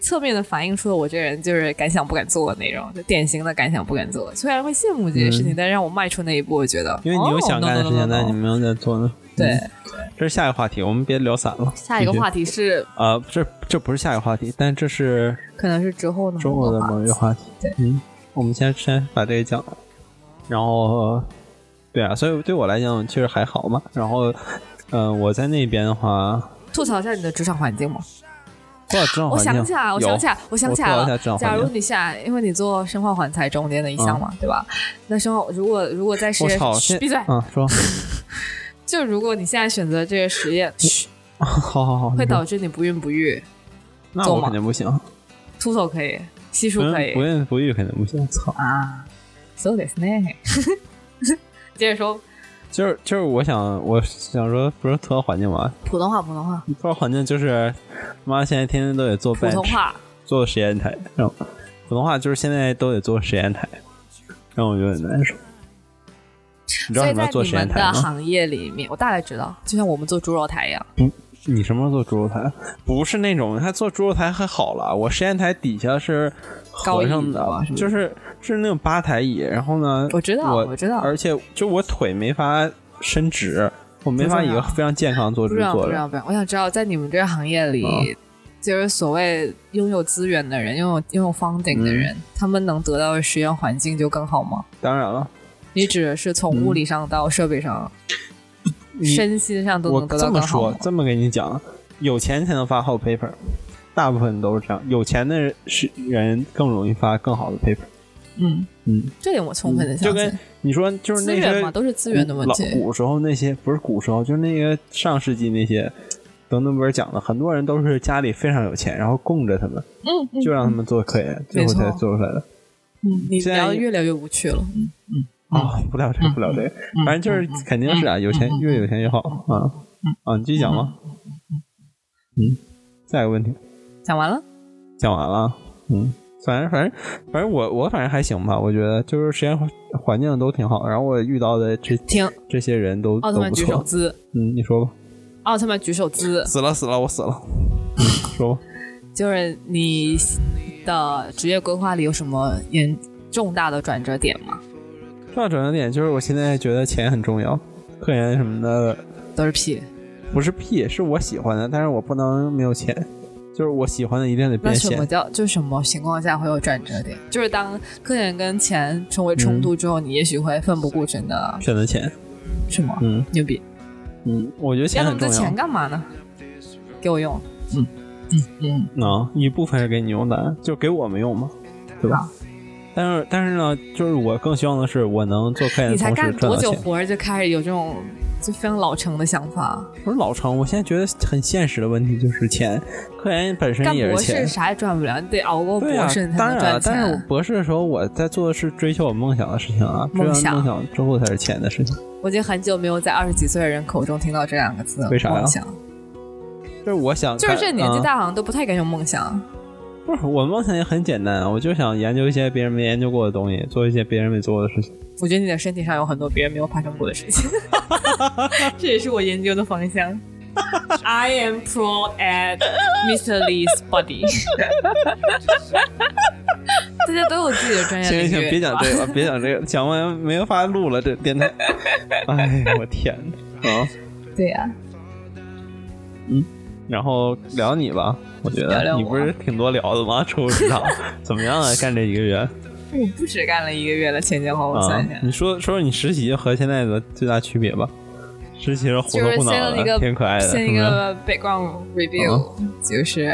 S3: 侧面的反映出了我这人就是敢想不敢做的那种，就典型的敢想不敢做。虽然会羡慕这些事情，但让我迈出那一步，我觉得
S1: 嗯因为你有
S3: 哦
S1: 想
S3: no,
S1: 干的
S3: no,
S1: 事
S3: no,
S1: 情，但
S3: no.
S1: 你没有在做呢。
S3: 对
S1: 嗯，这是下一个话题，我们别聊散了。
S3: 下一个
S1: 继续
S3: 话题是
S1: 啊，这这不是下一个话题，但这是
S3: 可能是之后呢，
S1: 中国的某一个话题。嗯，我们先先把这个讲了，然后对啊，所以对我来讲其实还好嘛。然后，嗯、我在那边的话，
S3: 吐槽一下你的职场环境吗？
S1: 多少职场
S3: 我
S1: 环境，
S3: 想起来，我
S1: 有
S3: 想起来，我想起来
S1: 我
S3: 了
S1: 吐槽一下职场。
S3: 假
S1: 环
S3: 如
S1: 境啊
S3: 你下，因为你做生化环材中间的一项嘛，对吧？那生化如果如果在实
S1: 我
S3: 验
S1: 操，
S3: 嘘
S1: 现
S3: 闭嘴！
S1: 啊，说，
S3: 就如果你现在选择这个实验，
S1: 嗯
S3: 嘘
S1: 好好好，
S3: 会
S1: 你说
S3: 导致你不孕不育，
S1: 那
S3: 做
S1: 我
S3: 吗
S1: 肯定不行，
S3: 秃头可以，稀疏
S1: 不
S3: 可
S1: 嗯孕不
S3: 以
S1: 孕不育肯定不行，操。
S3: 啊。So this 呢？ 接着说
S1: 就是就是，我想我想说，不是吐槽环境嘛，
S3: 普通话，普通话，
S1: 吐槽环境就是，妈现在天天都得做
S3: 普
S1: bench，
S3: 通话。
S1: 做实验台，然后普通话就是现在都得做实验台，让我觉得很难受。你知道什
S3: 所以
S1: 么
S3: 在
S1: 要做
S3: 你
S1: 实验
S3: 们
S1: 台
S3: 的
S1: 吗？
S3: 行业里面，我大概知道，就像我们做猪肉台一样，
S1: 你什么时候做猪肉台？不是那种，他做猪肉台还好了，我实验台底下是合上的
S3: 高椅子吧是不，是
S1: 就是是那种吧台椅，然后呢，
S3: 我知道
S1: 嗯我
S3: 我知道
S1: 而且就我腿没法伸直，我没法以一个非常健康的坐
S3: 不
S1: 姿
S3: 知道，
S1: 坐
S3: 不
S1: 着
S3: 知。道，不知道。我想知道，在你们这个行业里，
S1: 嗯
S3: 就是所谓拥有资源的人，拥有拥有 funding 的
S1: 嗯
S3: 人，他们能得到的实验环境就更好吗？
S1: 当然了，
S3: 你指的是从物理上到设备上，
S1: 嗯 你
S3: 身心上都
S1: 我
S3: 能得到
S1: 这么
S3: 更好
S1: 说
S3: 吗，？
S1: 这么跟你讲，有钱才能发好 paper，大部分都是这样。有钱的人是人更容易发更好的 paper。
S3: 嗯，
S1: 嗯，
S3: 这点我充分的
S1: 就
S3: 相信
S1: 跟。你说，就是
S3: 资
S1: 那
S3: 源
S1: 些
S3: 嘛，都是资源的问
S1: 老
S3: 题。
S1: 古时候那些不是古时候，就是那个上世纪那些德能伯讲的，很多人都是家里非常有钱，然后供着他们，
S3: 嗯嗯
S1: 就让他们做科研，最后
S3: 没错
S1: 才做出来的。
S3: 嗯，你
S1: 现在
S3: 聊得越聊越无趣了。嗯
S1: 啊、不聊这个，不聊这个，反正就是肯定是啊，有
S3: 嗯
S1: 钱越有钱越好啊啊！你继续讲吧。
S3: 嗯
S1: 嗯，下一个问题。
S3: 讲完了，
S1: 讲完了，嗯，反正反正反正我我反正还行吧，我觉得就是实验环环境都挺好，然后我遇到的这
S3: 停。
S1: 这些人都
S3: 奥特
S1: 都
S3: 曼
S1: 不
S3: 举手
S1: 错，
S3: 姿，
S1: 嗯，你说吧，
S3: 奥特曼举手姿，
S1: 死了死了，我死了，嗯， 说吧，
S3: 就是你的职业规划里有什么严重大的转折点吗？
S1: 重要转折点就是我现在觉得钱很重要，科研什么的
S3: 都是屁。
S1: 不是屁，是我喜欢的，但是我不能没有钱，就是我喜欢的一定得
S3: 那
S1: 变
S3: 什
S1: 现
S3: 么。叫就什么情况下会有转折点？就是当科研跟钱成为
S1: 嗯
S3: 冲突之后，你也许会奋不顾身的
S1: 选择钱，
S3: 什么
S1: 嗯
S3: 牛逼？
S1: 嗯，我觉得
S3: 要
S1: 钱
S3: 那
S1: 很
S3: 么多
S1: 重要
S3: 钱。干嘛呢？给我用。嗯嗯嗯，
S1: 啊、一部分是给你用的，就给我们用嘛，对吧？但是但是呢，就是我更希望的是，我能做科研
S3: 你
S1: 的哎
S3: 才
S1: 同时
S3: 干
S1: 赚
S3: 多
S1: 到
S3: 久
S1: 钱。
S3: 活儿就开始有这种就非常老成的想法？
S1: 不是老成，我现在觉得很现实的问题就是钱，科研本身
S3: 干
S1: 也
S3: 博
S1: 是钱
S3: 士。啥也赚不了，你得熬过博
S1: 对呀、啊
S3: 士你才
S1: 当
S3: 能
S1: 然了
S3: 赚，
S1: 但是我
S3: 钱。
S1: 博士的时候，我在做的是追求我梦想的事情啊，追
S3: 梦
S1: 完
S3: 想
S1: 梦想之后才是钱的事情。
S3: 我已经很久没有在二十几岁的人口中听到这两个字了。
S1: 为啥呀
S3: 梦想
S1: 就是我想
S3: 就
S1: 看，
S3: 是这年纪
S1: 啊
S3: 大，好像都不太敢用梦想。啊
S1: 不是，我梦想也很简单啊，我就想研究一些别人没研究过的东西，做一些别人没做过的事情。
S3: 我觉得你的身体上有很多别人没有发生过的事 情，这也是我研究的方向。I am pro at Mr. Lee's body 。 大家都有自己的专业
S1: 行
S3: 哎领域。
S1: 行行，别讲这个，别讲这个，讲完没法录了，这电台。哎，我天呐啊！
S3: 对呀、
S1: 然后聊你吧，我觉得
S3: 聊聊我
S1: 你不是挺多聊的吗？ 初步指导怎么样啊？干这一个 月
S3: 我不止干了一个月了，前前后后
S1: 啊
S3: 算一下，，
S1: 你说说说你实习和现在的最大区别吧？实习是糊
S3: 就
S1: 头
S3: 是
S1: 糊脑
S3: 先了
S1: 的，
S3: 一个
S1: 啊挺可爱的，嗯
S3: 先一
S1: 是不是
S3: 个 background review，、就是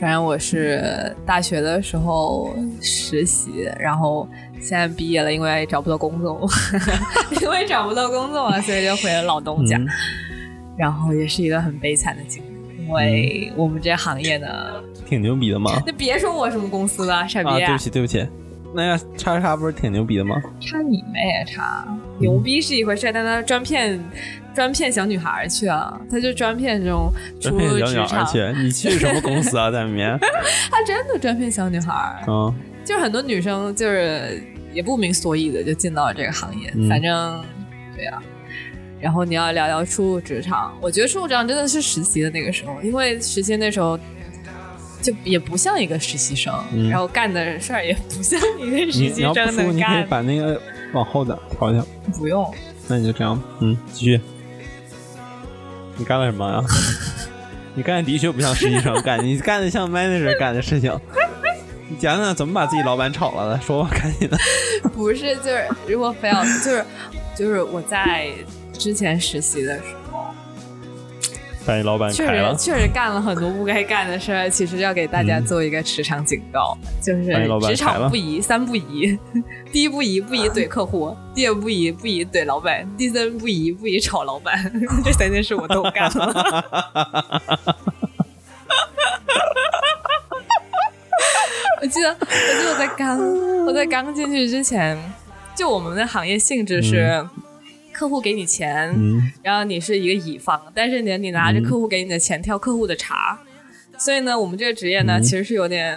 S3: 反正我是大学的时候实习，然后现在毕业了，因为找不到工作， 因为找不到工作嘛，所以就回了老东家，
S1: 嗯
S3: 然后也是一个很悲惨的经历，因
S1: 嗯
S3: 为我们这行业呢，
S1: 挺牛逼的 嘛。
S3: 那别说我什么公司了，傻逼、
S1: 啊，对不起对不起，那叉叉不是挺牛逼的吗？
S3: 差你妹啊差！
S1: 嗯
S3: 牛逼是一回事，但他专骗专骗小女孩儿去啊，他就专骗这种初
S1: 专骗
S3: 入
S1: 小女
S3: 职
S1: 孩
S3: 场，
S1: 去，你去什么公司啊？在里面，
S3: 他真的专骗小女孩儿，
S1: 嗯，
S3: 就是很多女生就是也不明所以的就进到了这个行业，
S1: 嗯
S3: 反正对啊。然后你要聊聊初入职场，我觉得初入职场真的是实习的那个时候，因为实习那时候。就也不像一个实习生，
S1: 嗯
S3: 然后干的事儿也不像一个
S1: 你
S3: 实
S1: 你
S3: 习
S1: 要不
S3: 生
S1: 服，
S3: 能
S1: 你可以
S3: 干，
S1: 把那个往后的调一调。
S3: 不用。
S1: 那你就这样，嗯，继续。你干了什 么呀？啊你干的的确不像实习生 干，你干的像 manager 干的事情。你讲讲怎么把自己老板炒了的？说吧，赶紧的。
S3: 不是，就是如果非要就是就是我在之前实习的时候，
S1: 把你老板
S3: 确
S1: 开了
S3: 实，确实干了很多不该干的事儿。其实要给大家
S1: 嗯
S3: 做一个职场警告，就
S1: 把嗯你老
S3: 是
S1: 板
S3: 职
S1: 裁
S3: 场
S1: 了嗯
S3: 不宜三不宜： 第一不宜不宜怼客户，第二不宜不宜怼老板，第三不宜不宜炒老板。 这三件事我都干了。 我记得，我记得我在刚我在刚进去之前，就我们的行业性质是客户给你钱，
S1: 嗯，
S3: 然后你是一个乙方，但是呢，你拿着客户给你的钱挑客户的茬，所以呢，我们这个职业呢，
S1: 嗯
S3: 其实是有点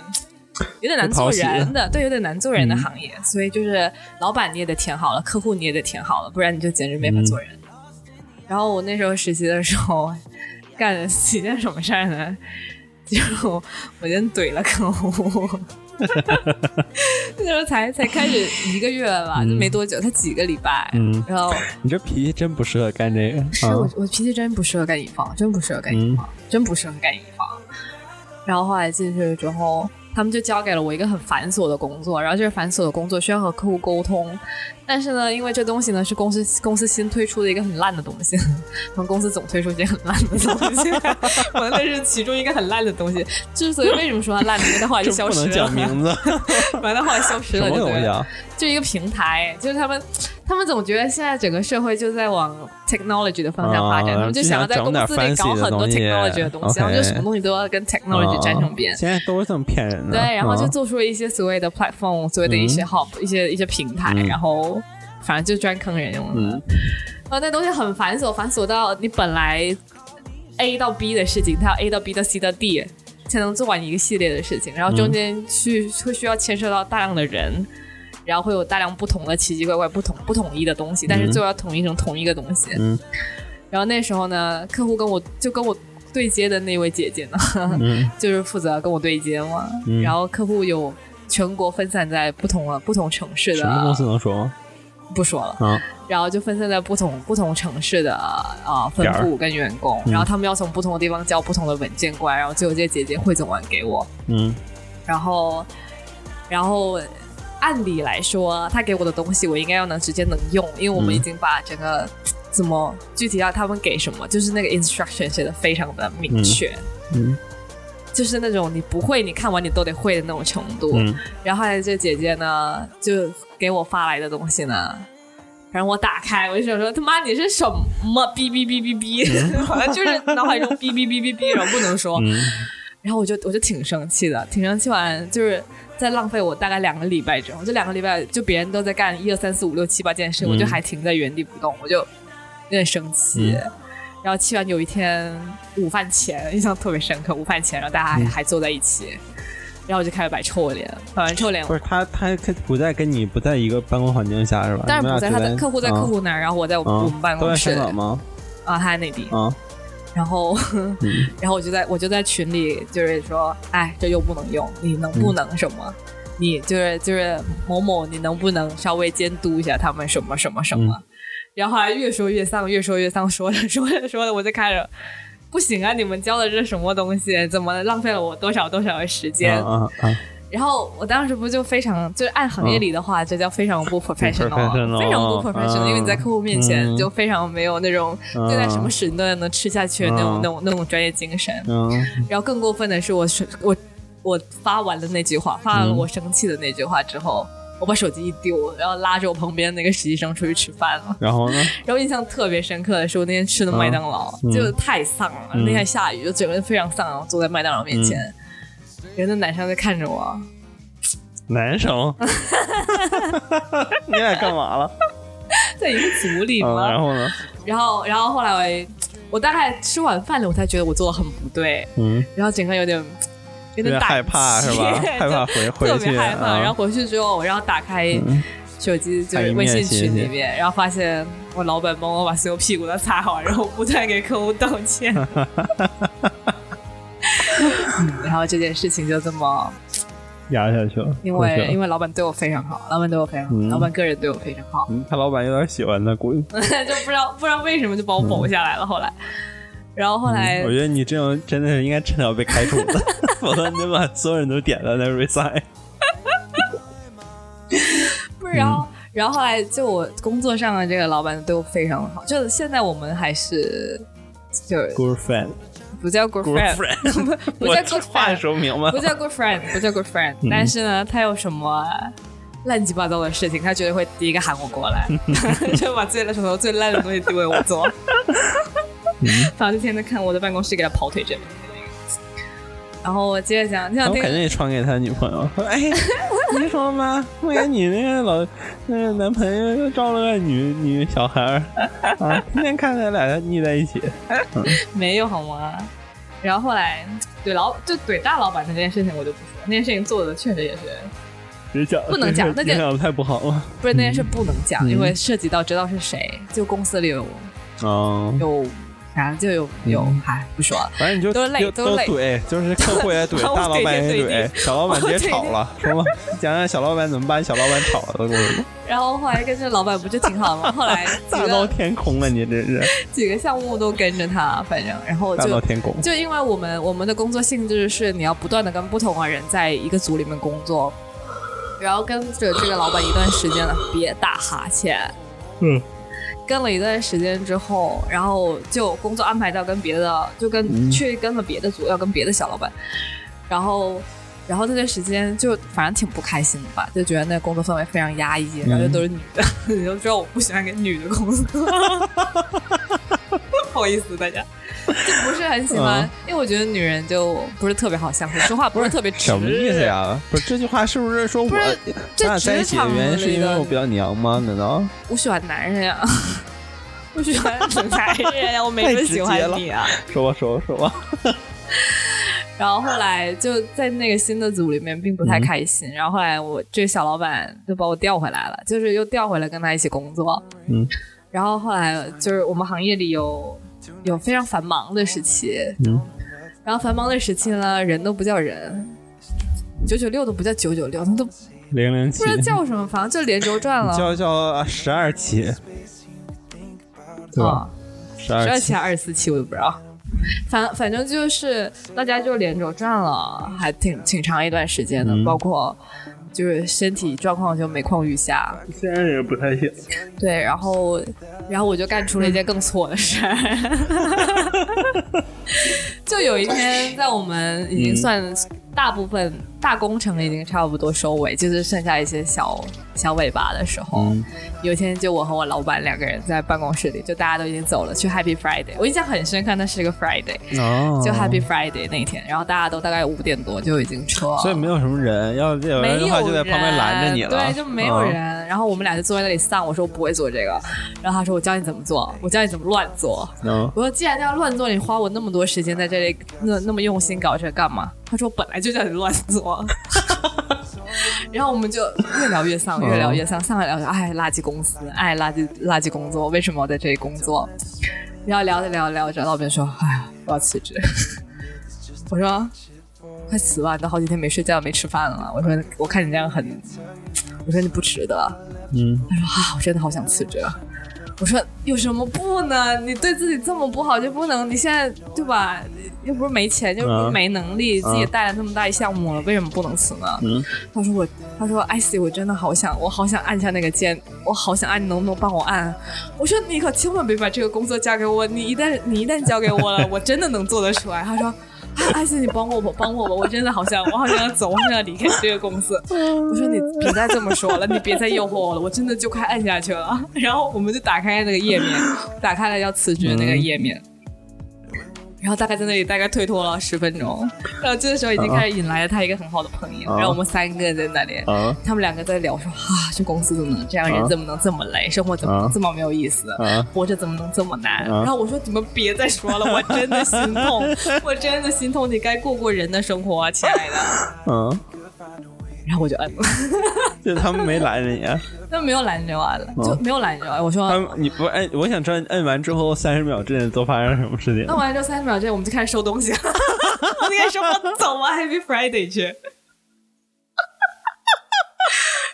S3: 有点难
S1: 不讨
S3: 做
S1: 喜的
S3: 人的，对，有点难做人的
S1: 嗯
S3: 行业。所以就是老板你也得填好了，客户你也得填好了，不然你就简直没
S1: 嗯
S3: 法做人。然后我那时候实习的时候干了几件什么事儿呢？就我先怼了 客户，那时候才才开始一个月吧，就没多久，才几个礼拜，
S1: 嗯
S3: 然后。
S1: 你这脾气真不适合干这个
S3: 是
S1: 啊
S3: 我。我脾气真不适合干乙方，真不适合干乙
S1: 嗯
S3: 方，真不适合干乙方。然后后来进去之后，他们就交给了我一个很繁琐的工作，然后这个繁琐的工作需要和客户沟通，但是呢，因为这东西呢是公司公司新推出的一个很烂的东西， 我们公司总推出一些很烂的东西， 我那是其中一个很烂的东西。之所以为什么说它烂呢，因为它后 来就
S1: 这
S3: 消
S1: 不
S3: 失
S1: 能
S3: 了
S1: 讲，名字，
S3: 完了后来消失
S1: 什
S3: 了
S1: 么
S3: 就
S1: 东
S3: 对
S1: 西
S3: 了。
S1: 啊？
S3: 就一个平台，就是他们，他们总觉得现在整个社会就在往 technology 的方向发展，
S1: 啊
S3: 他们就想要在公司里搞很
S1: 就
S3: 多
S1: 想整点
S3: technology
S1: fancy
S3: 的
S1: 的
S3: 东
S1: 东西
S3: 西，然后就
S1: OK
S3: 什么东西都要跟 technology 沾上边
S1: 啊。现在都是这么骗人的。
S3: 对，然后就
S1: 啊
S3: 做出了一些所谓的 platform，所谓的一些 hub，、一些一些平台，
S1: 嗯
S3: 然后反正就专坑人用的。
S1: 嗯
S3: 啊，那东西很繁琐，繁琐到你本来 A 到 B 的事情，它要 A 到 B 到 C 到 D 才能做完一个系列的事情，然后
S1: 嗯
S3: 中间去会需要牵涉到大量的人，然后会有大量不同的奇奇怪怪、不同不统一的东西，但是
S1: 嗯
S3: 最后要统一成同一个东西。
S1: 嗯
S3: 然后那时候呢，客户跟我就跟我对接的那位姐姐呢，
S1: 嗯
S3: 就是负责跟我对接嘛，
S1: 嗯
S3: 然后客户有全国分散在不同的不同城市
S1: 什么公
S3: 的
S1: 司能说吗？
S3: 不说了。
S1: 啊，
S3: 然后就分散在不同不同城市的啊分
S1: 点儿
S3: 部跟员工，
S1: 嗯
S3: 然后他们要从不同的地方交不同的文件过来，然后最后这些姐姐汇总完给我，
S1: 嗯
S3: 然后，然后按理来说，他给我的东西我应该要能直接能用，因为我们
S1: 嗯
S3: 已经把整个怎么具体到他们给什么，就是那个 instruction 写的非常的明确，
S1: 嗯
S3: 就是那种你不会，你看完你都得会的那种程度。
S1: 嗯
S3: 然后这姐姐呢，就给我发来的东西呢。然后我打开，我就想说他妈你是什么哔哔哔哔哔， 好像就是脑海中哔哔哔哔哔，然后不能说，
S1: 嗯
S3: 然后我就我就挺生气的，挺生气完就是在浪费我大概两个礼拜之后，这两个礼拜就别人都在干一二三四五六七八件事，
S1: 嗯
S3: 我就还停在原地不动，我就有点生气。
S1: 嗯
S3: 然后气完有一天午饭前，印象特别深刻，午饭前，然后大家还、
S1: 嗯
S3: 还坐在一起，然后我就开始摆臭脸，摆完臭脸
S1: 不，是他，他可不在跟你不在一个办公环境下是吧？
S3: 当然
S1: 啊你们俩
S3: 不在他
S1: 只
S3: 的客户在客户那儿，然后我在我们、
S1: 啊
S3: 我们办
S1: 都
S3: 公
S1: 在
S3: 室
S1: 香港吗？
S3: 啊，他在内地，
S1: 啊，
S3: 然 后。
S1: 嗯
S3: 然后我就在我就在群里就是说，哎，这又不能用，你能
S1: 嗯
S3: 不能什么？你就是就是某某，你能不能稍微监督一下他们什么什么什
S1: 嗯
S3: 么？然后后来越说越丧，越说越丧，说着说着说着，我就开始不行啊！你们教的这是什么东西？怎么浪费了我多少多少的时间？
S1: 啊啊啊！
S3: 然后我当时不就非常就是按行业里的话，这叫非常不 professional，啊
S1: 嗯 professional，
S3: 非常不 professional，、
S1: 嗯
S3: 因为你在客户面前
S1: 嗯
S3: 就非常没有那种对待什么事你都能吃下去的那种、
S1: 嗯
S3: 那种那种专业精神。
S1: 嗯
S3: 然后更过分的是我，是我我发完了那句话，发完了我生气的那句话之后，我把手机一丢，然后拉着我旁边那个实习生出去吃饭了。
S1: 然后呢？
S3: 然后印象特别深刻的是，我那天吃的麦当劳，
S1: 嗯
S3: 就太丧了。
S1: 嗯
S3: 那天下雨，就整个人非常丧，然后坐在麦当劳面前，人家男生在看着我，
S1: 男生， 你俩干嘛了？
S3: 在一个组里
S1: 嗯，
S3: 嘛。
S1: 然后呢？
S3: 然后，然后后来我也，我大概吃完饭了，我才觉得我做的很不对，
S1: 嗯，
S3: 然后整个有点有
S1: 有
S3: 点
S1: 点
S3: 胆
S1: 害怕是 吧？
S3: 怯
S1: 害怕回
S3: 特
S1: 回
S3: 别
S1: 去，
S3: 害怕。
S1: 啊
S3: 然后回去之后，然后打开
S1: 嗯
S3: 手机，就
S1: 看一
S3: 是
S1: 面
S3: 微信群
S1: 写
S3: 里
S1: 一
S3: 面，然后发现我老板帮我把所有屁股都擦好，然后不断给客户道 歉。嗯然后这件事情就这么，
S1: 压下去了，
S3: 因
S1: 过去
S3: 为
S1: 了
S3: 因为老板对我非常好，老板对我非常好，
S1: 嗯
S3: 老板个人对我非常好，
S1: 嗯他老板有点喜欢他，估计。嗯
S3: 就不知道不知道为什么就把我否下来了。后来，然后后来
S1: 嗯我觉得你这种真的是应该趁早被开除的， 否则你得把所有人都点到那 resign。
S3: 不是，然后、
S1: 嗯
S3: 然后后来就我工作上的这个老板对我非常好，就现在我们还是就
S1: Good friend，
S3: 不叫 good
S1: good
S3: friend，
S1: friend，
S3: 不
S1: 我嗯
S3: 叫
S1: 这
S3: good
S1: 话
S3: friend，
S1: 说明白
S3: 不
S1: 了。
S3: 叫 good friend，不叫 good friend，但 是呢，他有什么乱七八糟的事情，他绝对会第一个喊我 过来，就把最手头最烂的东西丢给我做。
S1: 嗯
S3: 反正就天天看我的办公室给他跑腿这边。然后我接着讲，这两
S1: 我
S3: 天
S1: 肯定也传给他女朋友，说：“ 哎，你说吧，我给你那个老那个男朋友又招了个女女小孩儿啊，天天看他俩腻在一起。
S3: 没有好吗？然后后来怼老就怼大老板的这件事情我就不说，那件事情做的确实也是，
S1: 别讲了”
S3: 不能讲
S1: 这
S3: 那
S1: 事
S3: 就
S1: 影响太不好了。
S3: 不是那件事不能讲，
S1: 嗯
S3: 因为涉及到知道是谁，就公司里有
S1: 啊，
S3: 有反正就有有
S1: 嗯，
S3: 哎、不说了。
S1: 反正你就
S3: 都累
S1: 就
S3: 都
S1: 都
S3: 累
S1: 怼，就是客户也怼，
S3: 把我
S1: 大老板
S3: 怼
S1: 也
S3: 进怼
S1: 怼，小老板直接吵了，说吧， 讲讲小老板怎么把小老板吵了的故事。
S3: 然后后来跟这老板不就挺好吗？后来几
S1: 大闹
S3: 个
S1: 天宫啊！你这是
S3: 几个项目都跟着他，反正然后
S1: 大闹
S3: 就
S1: 天宫。
S3: 就因为我们我们的工作性质是你要不断的跟不同的人在一个组里面工作，然后跟着这个老板一段时间了，别打哈欠。
S1: 嗯，
S3: 跟了一段时间之后，然后就工作安排到跟别的，就跟、
S1: 嗯
S3: 去跟了别的组，要跟别的小老板，然后。然后那段时间就反正挺不开心的吧，就觉得那工作氛围非常压抑，然后就都是女的， 你都知道我不喜欢跟女的工作，不好意思大家，就不是很喜欢，
S1: 嗯
S3: 因为我觉得女人就不是特别好相处，说话不是特别直，
S1: 什么意思？呀？不是这句话是不是说我
S3: 不是这
S1: 咱俩在一起的原因是因为我比较娘吗？难道
S3: 我喜欢男人呀、 我喜欢男人呀、我没
S1: 太
S3: 说
S1: 直接
S3: 喜
S1: 了
S3: 欢你啊。
S1: 说吧说吧说吧？
S3: 然后后来就在那个新的组里面并不
S1: 嗯
S3: 太开心，然后后来我这个小老板就把我调回来了，就是又调回来跟他一起工作。
S1: 嗯
S3: 然后后来就是我们行业里有有非常繁忙的时期，
S1: 嗯
S3: 然后繁忙的时期呢，人都不叫人，九九六都不叫九九六，那都
S1: 零零
S3: 不
S1: 七
S3: 知，道叫什么，反正就《连轴转》了。
S1: 叫叫十二期，对吧？
S3: 啊，
S1: 十
S3: 十
S1: 二
S3: 二
S1: 期
S3: 期还是二十四期我也不知道，反反正就是大家就连轴转了，还挺挺长一段时间的，
S1: 嗯
S3: 包括就是身体状况就每况愈下。
S1: 现在也不太行。
S3: 对，然后，然后我就干出了一件更错的 事儿，就有一天在我们已经算
S1: 嗯
S3: 大部分大工程已经差不多收尾，就是剩下一些小小尾巴的时候，
S1: 嗯
S3: 有一天就我和我老板两个人在办公室里，就大家都已经走了，去 Happy Friday，我印象很深刻，那是一个 Friday，
S1: 哦，
S3: 就 Happy Friday 那天，然后大家都大概五点多就已经撤了，
S1: 所以没有什么人，要要不然
S3: 没有
S1: 的话就在旁边拦着你了。
S3: 对，就没有人
S1: 嗯。。
S3: 然后我们俩就坐在那里丧，我说我不会做这个，然后他说我教你怎么做，我教你怎么乱做。
S1: 嗯
S3: 我说既然要乱做，你花我那么多时间在这里，那那么用心搞这干嘛？他说我本来就叫你乱做。然后我们就越聊越丧，越聊越丧，丧了聊着哎垃圾公司，哎垃圾垃圾工作，为什么我在这里工作？然后聊着聊着聊着，老板说哎呀我要辞职。我说快辞吧，你都好几天没睡觉没吃饭了。我说我看你这样很，我说你不值得。
S1: 嗯，
S3: 啊，我真的好想辞职啊！我说有什么不呢？你对自己这么不好就不能？你现在对吧？又不是没钱，又不是没能力，自己带了这么大一项目了，为什么不能辞呢？
S1: 嗯
S3: 他说我，他说艾希，我真的好想，我好想按下那个键，我好想按，你能不能帮我按？啊我说你可千万别把这个工作交给我，你一旦你一旦交给我了，我真的能做得出来。他说。啊艾希，你帮我吧，帮我吧！我真的好想，我好想要走，我好想要离开这个公司。我说你别再这么说了，你别再诱惑我了，我真的就快按下去了。然后我们就打开那个页面，打开了要辞职的那个
S1: 嗯
S3: 页面，然后大概在那里大概推脱了十分钟，然后这个时候已经开始引来了他一个很好的朋友，
S1: 啊
S3: 然后我们三个人在那里。
S1: 啊
S3: 他们两个在聊说 啊，这公司怎么能这样？人
S1: 啊
S3: 怎么能这么累？生活怎么能
S1: 啊
S3: 这么没有意思？
S1: 啊
S3: 活着怎么能这么难？
S1: 啊
S3: 然后我说你们别再说 了，我真的心痛，我真的心痛。你该过过人的生活啊，亲爱的。
S1: 嗯，
S3: 然后我就 摁了。
S1: 就他们没拦着 你，啊
S3: 那没有拦着啊，就
S1: 哦
S3: 没有拦着啊。我说，
S1: 他们你不哎，我想知道你摁完之后三十秒之内都发生什么事情
S3: 那。完了之后三十秒之内我们就开始收东西了，我就开始说我走吧，Happy Friday 去。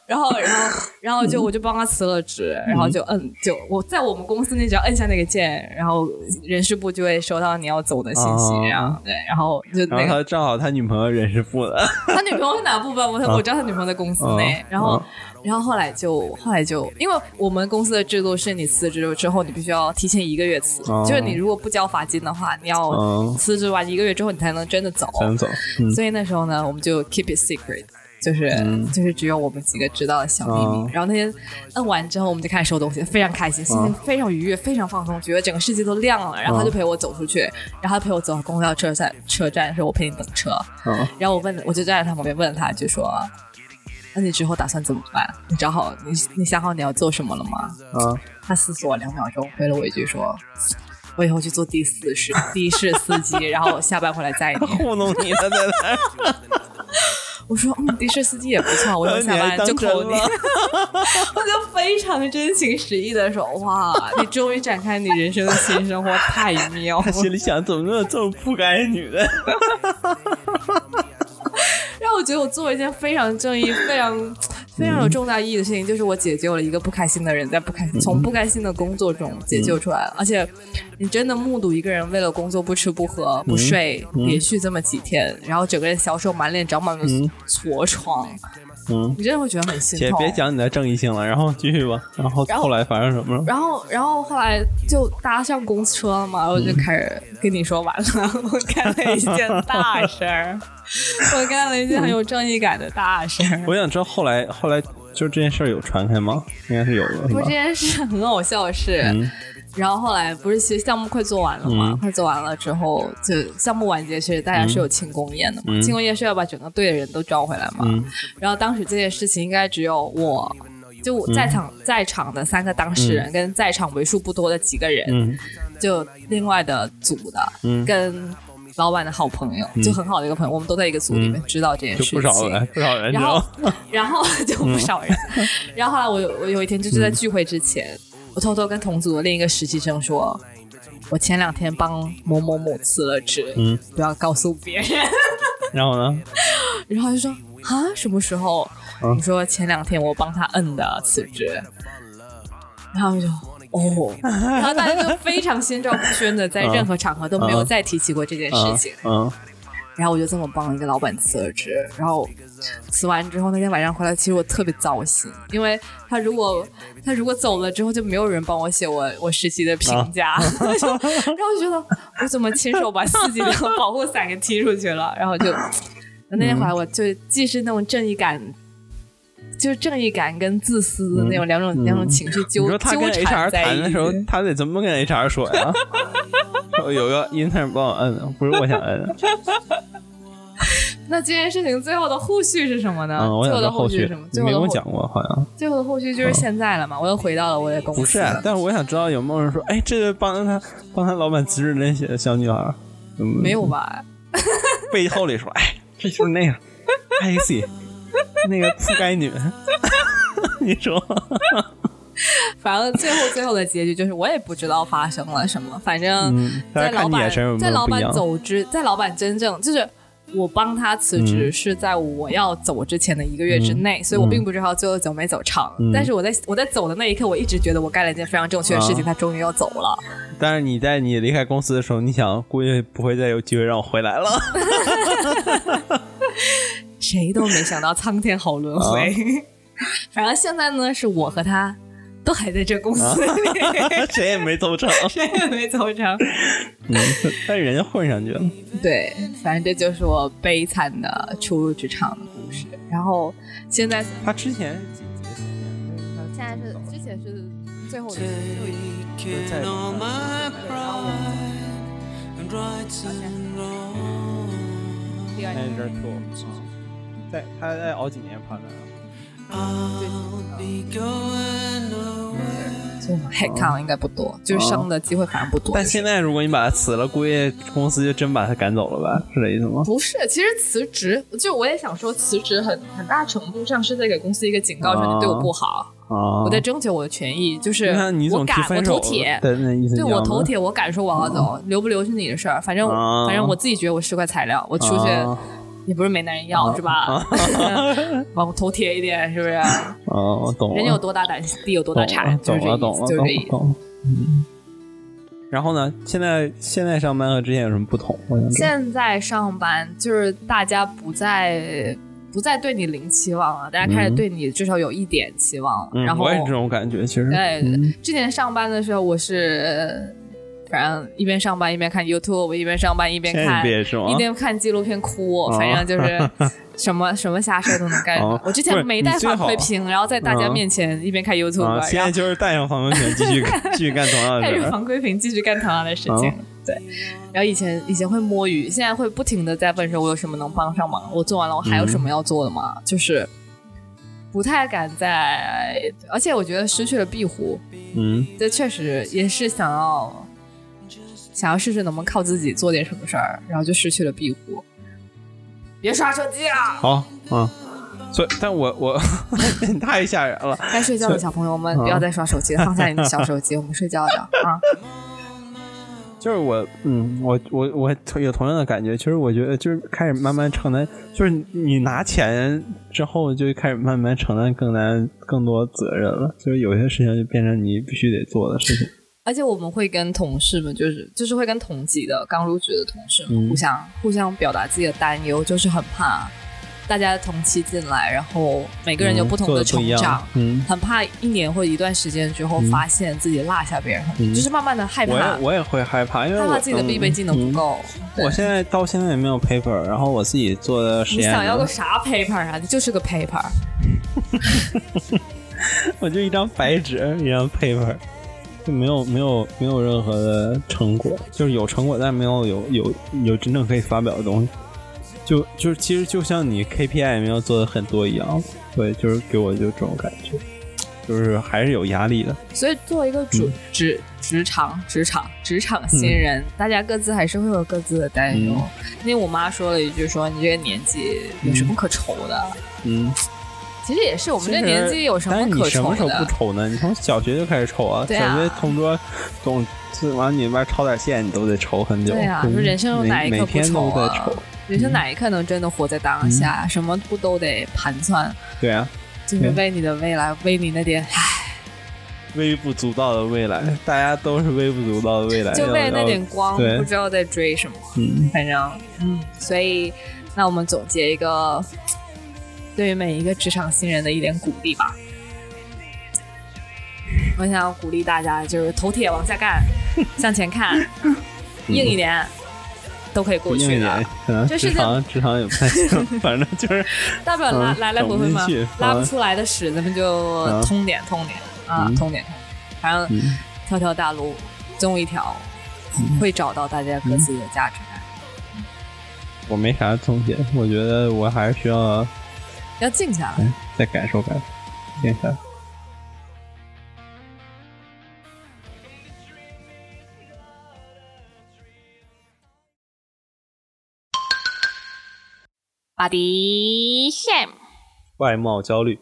S3: 然后，然后，然后就我就帮他辞了职，然后就摁就我在我们公司那只要摁下那个键，然后人事部就会收到你要走的信息，
S1: 哦
S3: 然后对，然后就
S1: 然
S3: 那
S1: 后
S3: 个
S1: 他正好他女朋友人事部的，
S3: 他女朋友是哪部分？我我知道他女朋友在公司内
S1: 啊，
S3: 然后
S1: 啊
S3: 然后后来就后来就，因为我们公司的制度是你辞职之后，你必须要提前一个月辞，
S1: 哦
S3: 就是你如果不交罚金的话，你要
S1: 哦
S3: 辞职完一个月之后，你才能真的走。
S1: 才能走。嗯
S3: 所以那时候呢，我们就 keep it secret。就是、就是只有我们几个知道的小秘密。
S1: 哦
S3: 然后那天摁完之后，我们就开始收东西，非常开心，心情
S1: 哦
S3: 非常愉悦，非常放松，觉得整个世界都亮了。然后他
S1: 哦
S3: 就陪我走出去，然后他陪我走到公交车站，车站说：“我陪你等车。”
S1: 啊
S3: 然后我问，我就站在他旁边问他，就说：“那你之后打算怎么办？你找好你你想好你要做什么了吗
S1: 啊！？”
S3: 他思索了两秒钟，回了我一句说：“我以后去做的士 司的士司 机，然后下班回来载你。
S1: 糊弄你了，在那儿，”
S3: 我说：“嗯，的士司机也不错，我以后下班就扣
S1: 哦你
S3: 你。”
S1: 还当
S3: 我就非常真情实意的说：“哇，你终于展开你人生的新生活，太妙了
S1: 他！”心里想，怎么能有这么不该女的？
S3: 让我觉得我做了一件非常正义、非常非常有重大意义的事情，就是我解救了一个不开心的人，在不开从不开心的工作中解救出来了。而且，你真的目睹一个人为了工作不吃不喝不睡，
S1: 嗯
S3: 连续这么几天，然后整个人消瘦、满脸长满了痤疮，
S1: 嗯，
S3: 你真的会觉得很心
S1: 姐
S3: 痛。
S1: 别讲你的正义性了，然后继续 吧。然后
S3: 然后
S1: 后来发生什么了？
S3: 然后，然后后来就搭上公车了嘛，然后就开始跟你说完了，我干了一件大 事儿，我干了一件很有正义感的大事儿。
S1: 我想知道后来后来就这件事儿有传开吗？应该是有的，是
S3: 不，
S1: 吧
S3: 这？件事很好笑的事。
S1: 嗯
S3: 然后后来不是，其实项目快做完了嘛，
S1: 嗯
S3: 快做完了之后，就项目完结是大家是有庆功宴的嘛，
S1: 嗯
S3: 庆功宴是要把整个队的人都招回来嘛。
S1: 嗯
S3: 然后当时这件事情应该只有我，就
S1: 嗯
S3: 我在场、在场的三个当事人、跟在场为数不多的几个人，
S1: 嗯
S3: 就另外的组的、
S1: 嗯，
S3: 跟老板的好朋友，就很好的一个朋友，我们都在一个组里面知道这件事
S1: 嗯就不
S3: 情，
S1: 少人，不少人，
S3: 然
S1: 知
S3: 后
S1: 道，
S3: 然后就不少人。然后后来我有我有一天就是在聚会之前，我偷偷跟同组的另一个实习生说，我前两天帮某某某辞了职，
S1: 嗯
S3: 不要告诉别人。
S1: 然后呢？
S3: 然后他就说啊，什么时候？
S1: 啊
S3: 你说前两天我帮他摁的辞职，然后我就哦， 然后大家就非常心照不宣的，在
S1: 啊
S3: 任何场合都没有
S1: 啊
S3: 再提起过这件
S1: 啊
S3: 事情。
S1: 啊
S3: 然后我就这么帮一个老板辞了职，然后辞完之后那天晚上回来，其实我特别糟心，因为他如果他如果走了之后，就没有人帮我写我我实习的评价，
S1: 啊
S3: 就 然后我就觉得我怎么亲手把自己的保护伞给踢出去了，然后就那天回来我就既是那种正义感。就是正义感跟自私那种两种、两种情绪
S1: 嗯你
S3: 纠
S1: 说他
S3: 纠
S1: 跟 HR
S3: 缠在
S1: 谈
S3: 一
S1: 的时候
S3: 起，
S1: 他得怎么跟 HR 说 呀？说有个 intern 帮我摁，不是我想摁。
S3: 那这件事情最后的后续是什么呢？
S1: 嗯，我想
S3: 最后
S1: 知道
S3: 的后
S1: 后
S3: 续是
S1: 续
S3: 什么？，
S1: 你
S3: 最后
S1: 没
S3: 的
S1: 跟我
S3: 后
S1: 讲过，好像
S3: 最后的后续就是现在了嘛，我又回到了我的公
S1: 嗯
S3: 司。
S1: 不是啊。但是我想知道有没有人说，哎，这个帮他帮他老板辞职那些小女孩，嗯
S3: 没有吧？
S1: 背后里说，哎，这就是 那个 Icy，那个铺盖女， 你说
S3: 反正最后最后的结局就是我也不知道发生了什么，反正
S1: 嗯大家
S3: 在老
S1: 看你
S3: 板、
S1: 眼神有没
S3: 在
S1: 有
S3: 老
S1: 不一
S3: 板
S1: 样
S3: 走之，在老板真正就是。我帮他辞
S1: 嗯
S3: 职是在我要走之前的一个月之内，所以我并不知道最后走没走成。
S1: 嗯
S3: 但是我在我在走的那一刻，我一直觉得我干了一件非常正确的事情，
S1: 啊
S3: 他终于要走了。
S1: 但是你在你离开公司的时候，你想估计不会再有机会让我回来 了。
S3: 谁都没想到苍天好轮
S1: 啊
S3: 回。 反正现在呢，是我和他都还在这公司里，
S1: 谁也没走成，
S3: 谁也没走成。
S1: 嗯但是人家混上去了。
S3: 对，反正这就是我悲惨的初入职场的故事。然后现在，
S1: 他之前是紧急事件，
S3: 现在是之前是最后的最后
S1: Protect
S4: Taking all my pride and rights and wrong.
S3: 第二年
S1: manager two，在他再熬几年发展。
S4: I'll be going away.
S3: 就 headcount 应该不多，就是升的机会反而不多。
S1: 但现在如果你把他辞了，估计公司就真把他赶走了吧？是这意思吗？
S3: 不是，其实辞职，就我也想说，辞职很很大程度上是在给公司一个警告，说你对我不好，
S1: 啊，
S3: 我在争取我的权益，就是
S1: 你看你
S3: 我
S1: 总提
S3: 敢我
S1: 分手
S3: 头铁。
S1: 对，那意思一样
S3: 对我
S1: 的
S3: 头铁，我敢说我要走，留不留是你的事儿，反正
S1: 啊
S3: 反正我自己觉得我是块材料，我出去
S1: 啊
S3: 也不是没男人要是吧？ 往头铁一点是不是？
S1: 啊，我懂了。
S3: 嗯人家有多大胆，地有多
S1: 懂了，
S3: 大产，就是
S1: 懂了，懂了，
S3: 这意
S1: 懂
S3: 思，就是这
S1: 了
S3: 意思。
S1: 懂了。嗯。然后呢？现在现在上班和之前有什么不同？我想知道。
S3: 现在上班就是大家不再不再对你零期望了，大家开始
S1: 嗯
S3: 对你至少有一点期望了。
S1: 嗯
S3: 然后
S1: 我也是这种感觉，其实。
S3: 对
S1: 嗯
S3: 之前上班的时候，我是反正一边上班一边看 YouTube，一边上班一边
S1: 现在
S3: 看
S1: 你不也是吗？
S3: 一边看纪录片哭，
S1: 啊
S3: 反正就是什么什么瞎事儿都能 干
S1: 哦。
S3: 我之
S1: 不是
S3: 前没带
S1: 你最
S3: 反
S1: 好
S3: 馈屏，然后在大家
S1: 嗯
S3: 面前一边看 YouTube，
S1: 啊，现
S3: 然
S1: 在
S3: 后
S1: 就是带上防风犬 继续干继续干同样的
S3: 带
S1: 事
S3: 着
S1: 儿。
S3: 防窥屏继续干同样的事情
S1: 啊。
S3: 对，然后以前以前会摸鱼，现在会不停的在问说，我有什么能帮上忙？我做完了，我还有什么要做的吗？就是不太敢再，而且我觉得失去了壁虎，
S1: 嗯
S3: 这确实也是想要想要试试能不能靠自己做点什么事儿，然后就失去了壁虎。别刷手机啊！
S1: 好，嗯，所以，但我我 你太吓人了。
S3: 该睡觉的小朋友们，不要再刷手机了，放下你的小手机，我们睡觉 的啊。
S1: 就是我，嗯，我我我有同样的感觉。其实我觉得，就是开始慢慢承担，就是你拿钱之后，就开始慢慢承担更难更多责任了。就是有些事情就变成你必须得做的事情。
S3: 而且我们会跟同事们，就是就是会跟同级的刚入职的同事
S1: 嗯
S3: 们互相、互相表达自己的担忧，就是很怕大家同期进来，然后每个人有
S1: 嗯
S3: 不同
S1: 做
S3: 的
S1: 得不
S3: 成
S1: 一样
S3: 长，
S1: 嗯
S3: 很怕一年或一段时间之后
S1: 嗯
S3: 发现自己落下别人很多，
S1: 嗯
S3: 就是慢慢的害
S1: 我
S3: 怕
S1: 也，我也会害怕，因为
S3: 害
S1: 我
S3: 怕自己的必备技能
S1: 嗯
S3: 不够。对
S1: 我现在到现在也没有 paper，然后我自己做的实
S3: 你
S1: 验呢，
S3: 想要个啥 paper 啊？你就是个 paper。
S1: 我就一张白纸，一张 paper，就没有没有没有任何的成果，就是有成果，但没有有有有真正可以发表的东西。就就是其实就像你 KPI 没有做的很多一样，对，就是给我就这种感觉，就是还是有压力的。
S3: 所以，作为一个
S1: 嗯
S3: 主职职场职场职场新人，大家各自还是会有各自的担忧。
S1: 嗯
S3: 因为我妈说了一句说：“你这个年纪有什么可愁的
S1: 嗯，？”
S3: 其实也是，我
S1: 我
S3: 们这年纪有什么
S1: 但是
S3: 可
S1: 你什
S3: 愁
S1: 么时候不
S3: 的？
S1: 愁呢？你从小学就开始愁啊，
S3: 对啊
S1: 小学同桌总自往你那边抄点线，你都得愁很久。
S3: 对啊
S1: 嗯
S3: 说人生有哪一
S1: 每
S3: 刻
S1: 每
S3: 不
S1: 天都
S3: 愁
S1: 在
S3: 啊
S1: 愁。嗯
S3: 人生哪一刻能真的活在当下？什么不都得盘算，
S1: 对啊，
S3: 就是为你的未来，为你那点，啊
S1: 微不足道的未来， 大家都是微不足道的未来，
S3: 就为
S1: 哎要
S3: 了那点光，
S1: 对
S3: 不知道在追什么。
S1: 嗯，
S3: 反正，嗯，所以，那我们总结一个，对于每一个职场新人的一点鼓励吧。我想鼓励大家，就是头铁往下 干，向前看，硬一点，都可以过
S1: 嗯硬一
S3: 去啊的
S1: 点。，可能
S3: 这
S1: 嗯职
S3: 世界
S1: 场职场也不太行，反正就是
S3: 大不了拉
S1: 嗯
S3: 来来回回嘛
S1: 整不进去，
S3: 拉
S1: 好
S3: 不
S1: 吧
S3: 出来的屎，咱们就
S1: 嗯
S3: 通点通点啊
S1: 嗯，
S3: 通点通点，反正
S1: 嗯
S3: 条条大路总有一条，会找到大家各自的价值感。
S1: 嗯我没啥总结，我觉得我还是需要
S3: 要静下来。
S1: 哎再感受感受，练一下。
S2: body shame。
S1: 外貌焦虑。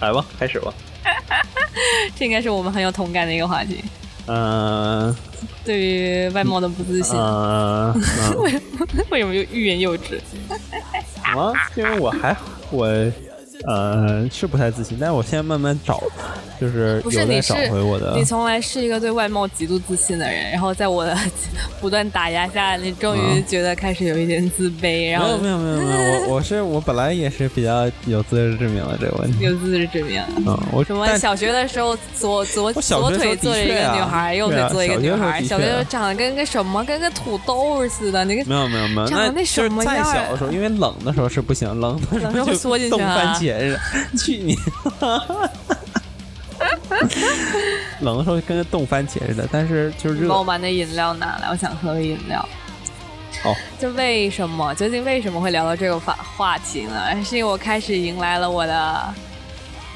S1: 来吧，开始吧。
S3: 这应该是我们很有同感的一个话题，
S1: 嗯
S3: 对于外貌的不自信，
S1: 嗯，嗯
S3: 为什么又欲言又止？
S1: 什么？呃因为我还我呃是不太自信，但是我现在慢慢找，就是
S3: 不是
S1: 有在
S3: 你是
S1: 找回我的
S3: 你。从来是一个对外貌极度自信的人，然后在我的 不断打压下，你终于觉得开始有一点自卑，然
S1: 嗯没
S3: 后
S1: 有没有没有没 有，我我是我本来也是比较有自知之明的这个问题。
S3: 有自知之明。
S1: 嗯，我
S3: 什么
S1: 但
S3: 小学的时候左左
S1: 我小学
S3: 左
S1: 的时候
S3: 腿
S1: 的
S3: 坐着一个
S1: 确啊
S3: 女孩，右
S1: 对
S3: 腿
S1: 啊
S3: 坐一个
S1: 小学
S3: 女
S1: 的时候
S3: 孩，
S1: 的
S3: 小
S1: 确
S3: 学
S1: 啊
S3: 候长得跟个什么，跟个土豆似的，那个
S1: 没有没有没有，
S3: 长得
S1: 那
S3: 那什么
S1: 就是再
S3: 样儿啊
S1: 小的时候，因为冷的时候是不行，冷的时
S3: 冷的时
S1: 候
S3: 候
S1: 就
S3: 缩进去
S1: 冻番
S3: 啊
S1: 茄似的。去你！ 冷的时候就跟冻番茄似的，但是就是热
S3: 帮我把那饮料拿来，我想喝个饮料。
S1: 好，
S3: 就为什么？究竟为什么会聊到这个话话题呢？是因为我开始迎来了我的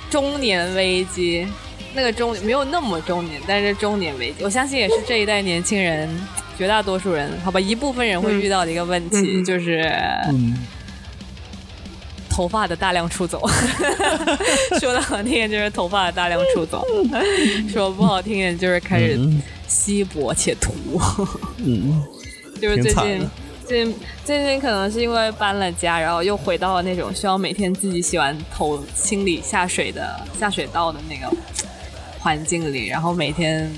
S3: 中年危机。那个中没有那么中年，但是中年危机，我相信也是这一代年轻人，绝大多数人，好吧，一部分人会遇到的一个问题，就是
S1: 嗯，
S3: 头发的大量出走。说的好听点就是头发的大量出走，说不好听点就是开始
S1: 嗯
S3: 稀薄且秃。
S1: 嗯，
S3: 就是
S1: 挺
S3: 最
S1: 惨
S3: 近
S1: 的，
S3: 最近最近可能是因为搬了家，然后又回到了那种需要每天自己洗完头、清理下水的下水道的那个环境里，然后每天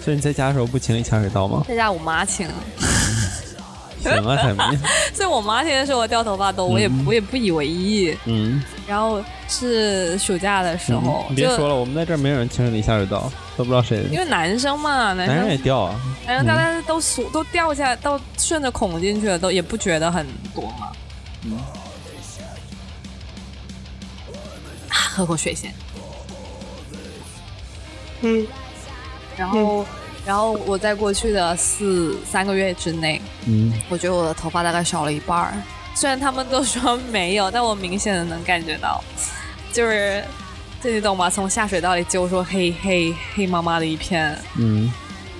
S1: 所以你在家的时候不清理下水道吗？
S3: 在家我妈清，
S1: 行啊，彩 民，
S3: 所以我妈天天说我掉头发多，我也、我也不以为意。
S1: 嗯，
S3: 然后是暑假的时候，
S1: 嗯
S3: 哦就
S1: 别说了，我们在这儿没有人清理下水道，都不知道谁。
S3: 因为男生嘛，男
S1: 男人也
S3: 生
S1: 掉啊，
S3: 男哎生大家都数都掉下来，都顺着孔进去了，都也不觉得很多嘛。啊喝口水先。
S5: 嗯
S3: 然后，然后我在过去的四三个月之内，
S1: 嗯，
S3: 我觉得我的头发大概少了一半儿。虽然他们都说没有，但我明显的能感觉到，就是，这你懂吗？从下水道里揪出黑黑黑麻麻的一片，
S1: 嗯，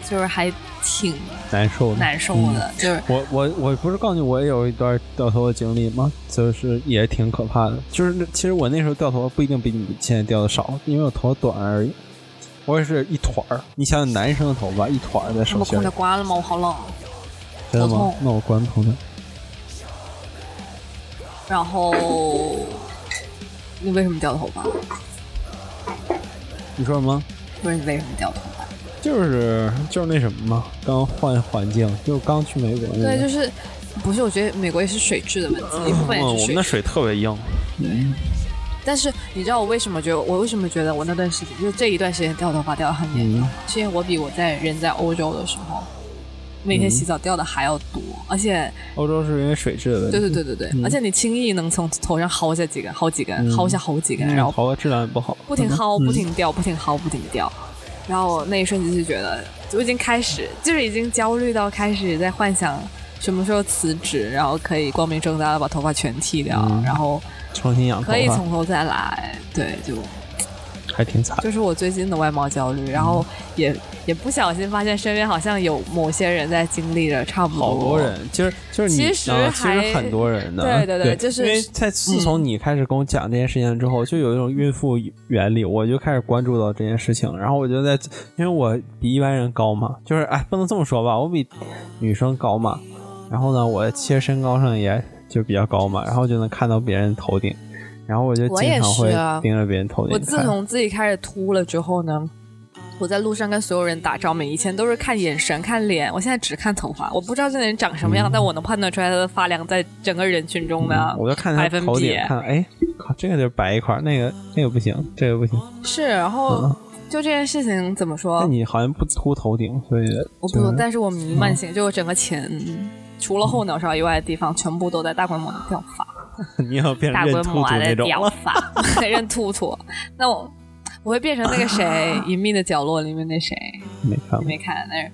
S3: 就是还挺
S1: 难受的，
S3: 难受
S1: 嗯
S3: 的，就是。
S1: 我我我不是告诉你我也有一段掉头发经历吗？就是也挺可怕的。就是那其实我那时候掉头发不一定比你现在掉的少，因为我头发短而已。我也是一团儿，你想想男生的头发一团儿在
S3: 他
S1: 手
S3: 们
S1: 心
S3: 空
S1: 儿
S3: 调
S1: 里，
S3: 关了吗？我好冷。
S1: 真的
S3: 头
S1: 吗
S3: 痛？
S1: 那我关空调。
S3: 然后，你为什么掉头发？
S1: 你说什么？
S3: 不是你为什么掉头发？
S1: 嗯就是就是那什么嘛，刚换环境，就刚去美国那
S3: 对，
S1: 个。
S3: 就是不是？我觉得美国也是水质的问题，一部
S1: 嗯
S3: 分也是水质。
S1: 水特别硬。
S3: 但是你知道我为什么觉得我为什么觉得我那段时间就这一段时间掉头发掉的很严重，
S1: 嗯
S3: 是因为我比我在人在欧洲的时候，每天洗澡掉的还要多，
S1: 嗯
S3: 而且
S1: 欧洲是因为水质的问题，
S3: 对对对对对，而且你轻易能从头上薅下几根，好几根，
S1: 嗯
S3: 薅下好几根，
S1: 嗯
S3: 然后
S1: 头发质量也不好，
S3: 不停薅，
S1: 嗯
S3: 不停掉，不停薅，不停掉。然后那一瞬间就觉得，我已经开始，就是已经焦虑到开始在幻想什么时候辞职，然后可以光明正大的把头发全剃掉，
S1: 嗯
S3: 然后
S1: 重新养头
S3: 可以
S1: 发。
S3: 从头再来。对，就
S1: 还挺惨。
S3: 就是我最近的外貌焦虑，然后
S1: 嗯
S3: 也也不小心发现身边好像有某些人在经历着差不多。
S1: 好多人，其实就是你，
S3: 其实
S1: 啊、其
S3: 还
S1: 实很多人的，
S3: 对
S1: 对
S3: 对对就是嗯
S1: 因为在自从你开始跟我讲这件事情之后，就有一种孕妇原理，我就开始关注到这件事情，然后我就在，因为我比一般人高嘛，就是哎，不能这么说吧，我比女生高嘛，然后呢，我其实身高上也就比较高嘛，然后就能看到别人头顶，然后我就
S3: 我
S1: 经
S3: 也
S1: 常会
S3: 是啊
S1: 盯着别人头顶
S3: 我
S1: 看。
S3: 自从自己开始秃了之后呢，我在路上跟所有人打照面，以前都是看眼神、看脸，我现在只看头发。我不知道这个人长什么样，但我能判断出来他的发量在整个人群中的
S1: 嗯嗯我就看他
S3: 百分
S1: 头顶
S3: 比，
S1: 看，哎，靠，这个就白一块儿，那个那个不行，这个不行。
S3: 是，然后
S1: 嗯
S3: 就这件事情怎么
S1: 那
S3: 说？
S1: 你嗯好像不秃头顶，所以
S3: 我不
S1: 就
S3: 懂，但是我弥漫性，就我整个前除了后脑勺以外的地方，全部都在大规模的掉发，
S1: 你要变
S2: 大
S1: 成
S2: 规
S1: 认秃
S2: 模
S1: 秃那
S2: 的
S1: 种
S2: 掉
S1: 了。
S2: 发，
S3: 认秃秃。那我我会变成那个谁， 《隐秘的角落》里面那谁，
S1: 没看过，
S3: 你没看那儿，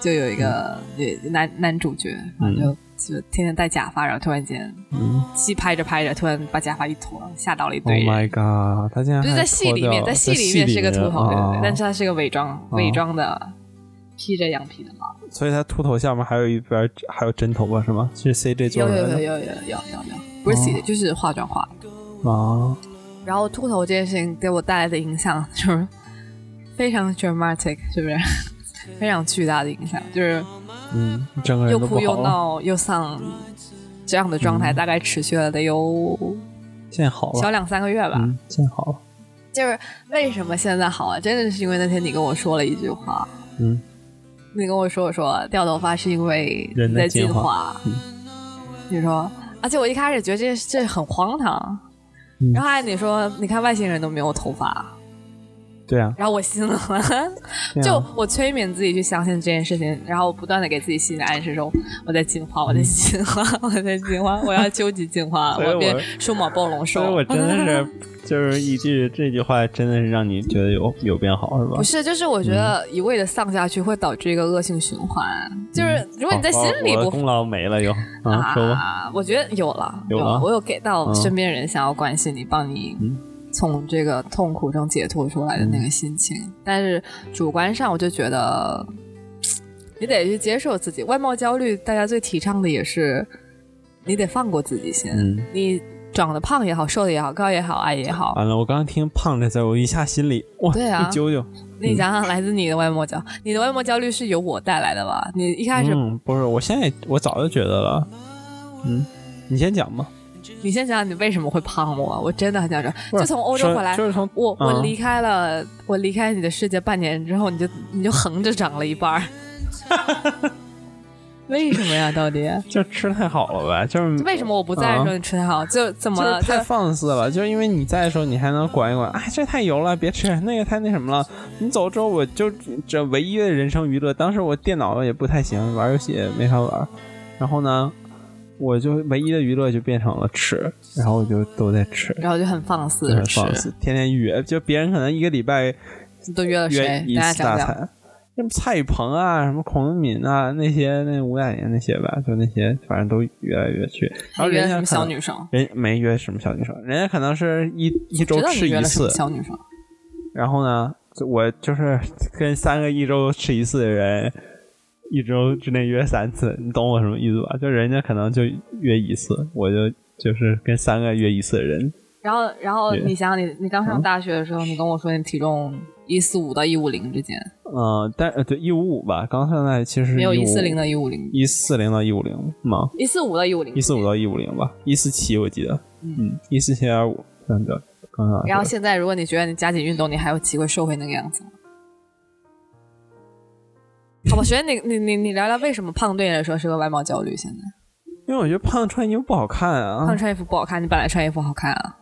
S3: 就有一个对男男主角，
S1: 嗯
S3: 然后就就天天戴假发，然后突然间
S1: 嗯
S3: 戏拍着拍着，突然把假发一脱，吓到了一
S1: ，Oh
S3: 堆人。
S1: my god，他竟然
S3: 不是
S1: 还
S3: 在戏
S1: 脱
S3: 里面，
S1: 掉
S3: 在
S1: 在
S3: 戏里
S1: 戏
S3: 面
S1: 里哦
S3: 是个秃头，对对对
S1: 啊，
S3: 但是他是个伪装伪装的，披着羊皮的嘛。
S1: 所以他秃头下面还有一边还有真头发是吗？是 CJ 做
S3: 有
S1: 出
S3: 有
S1: 来
S3: 有有
S1: 的
S3: 有有有有，不是
S1: 哦
S3: 戏，就是化妆化。
S1: 啊？
S3: 然后秃头这件事情给我带来的影响就是非常 dramatic，是不是？非常巨大的影响，就是
S1: 嗯，整个人
S3: 又
S1: 都不
S3: 哭
S1: 好
S3: 又
S1: 了。
S3: 闹又丧，这样的状态大概持续了得有
S1: 现在好
S3: 小
S1: 了，
S3: 两三个月吧。
S1: 嗯，现在好了，
S3: 就是为什么现在好啊？真的是因为那天你跟我说了一句话，
S1: 嗯，
S3: 你跟我说我说掉头发是因为
S1: 人
S3: 你
S1: 的
S3: 在
S1: 进
S3: 进
S1: 化嗯
S3: 化，你说，而且我一开始觉得这这很荒唐，
S1: 嗯
S3: 然后还你说你看外星人都没有头发，
S1: 对啊，
S3: 然后我心了，
S1: 对啊
S3: 就我催眠自己去相信这件事情，然后不断的给自己心理暗示说我在进化，我在进化，我在进化，我要究极进化，
S1: 所以我
S3: 要变数码暴龙
S1: 所以
S3: 兽
S1: 我。真的是 就是一句这句话真的是让你觉得有有变好是吧
S3: 不？是，就是我觉得一味的丧下去会导致一个恶性循环。就是如果你在心里
S1: 好哦我的
S3: 不
S1: 功劳没了又啊，说吧，
S3: 啊，我觉得有了，
S1: 有了
S3: 我有给到
S1: 嗯
S3: 身边人想要关心你，帮你
S1: 嗯
S3: 从这个痛苦中解脱出来的那个心情。
S1: 嗯
S3: 但是主观上，我就觉得嗯你得去接受自己。外貌焦虑，大家最提倡的也是你得放过自己先。
S1: 嗯。
S3: 你长得胖也好，瘦的也好，高也好，矮也好，
S1: 完了，我刚刚听“胖”这字儿，我一下心里哇，
S3: 对啊
S1: 一揪揪。
S3: 你想想来自你的外貌焦，你的外貌焦虑是由我带来的吧？你一开始，
S1: 嗯，不是，我现在我早就觉得了。嗯，你先讲吧。
S3: 你先想想你为什么会胖我，我真的很想知道。
S1: 不是
S3: 就从欧洲
S1: 说
S3: 回来，
S1: 就是从
S3: 我我
S1: 嗯
S3: 离开了，我离开你的世界半年之后，你就你就横着长了一半儿， 为什么呀？到底
S1: 就吃太好了呗，就是
S3: 为什么我不在的时候
S1: 啊
S3: 你吃太好？就怎么
S1: 就
S3: 了？
S1: 是太
S3: 就
S1: 放肆了，就是因为你在的时候，你还能管一管，哎，这太油了，别吃；那个太那什么了。你走之后，我就这唯一的人生娱乐，当时我电脑也不太行，玩游戏也没法玩。然后呢，我就唯一的娱乐就变成了吃，然后我就都在吃，
S3: 然后就很放肆
S1: 就
S3: 地
S1: 很
S3: 吃，
S1: 放肆，天天约，就别人可能一个礼拜
S3: 都约了
S1: 约
S3: 谁？
S1: 一
S3: 大家
S1: 次大
S3: 讲讲。
S1: 餐。什么蔡宇鹏啊，什么孔文敏啊，那些那吴雅妍那些吧，就那些，反正都约来约去。然后
S3: 约
S1: 人
S3: 了
S1: 家
S3: 什么
S1: 可
S3: 小
S1: 能
S3: 女生？
S1: 人没约什么小女生，人家可能是一一周
S3: 嗯知道你
S1: 吃
S3: 约
S1: 一
S3: 了什么
S1: 次，
S3: 小女生？
S1: 然后呢，就我就是跟三个一周吃一次的人，一周之内约三次，你懂我什么意思吧？就人家可能就约一次，我就就是跟三个约一次的人，
S3: 然后，然后
S1: 对嗯
S3: 你想想，你你刚上大学的时候，你跟我说你体重一四五到一五零之间，
S1: 嗯、但呃对一五五吧，刚上来其实
S3: 没有一四零到一五零，
S1: 嗯一四零到一五零吗？
S3: 一四五到一五零
S1: 一，四五到一五零吧，一四七我记得，嗯，一四七点五，反正刚上来的时候。
S3: 然后现在，如果你觉得你加紧运动，你还有机会瘦回那个样子吗？好吧，首先你你你你聊聊为什么胖对你来说是个外貌焦虑？现在
S1: 因为我觉得胖穿衣服不好看啊，
S3: 胖穿衣服不好看，你本来穿衣服好看啊，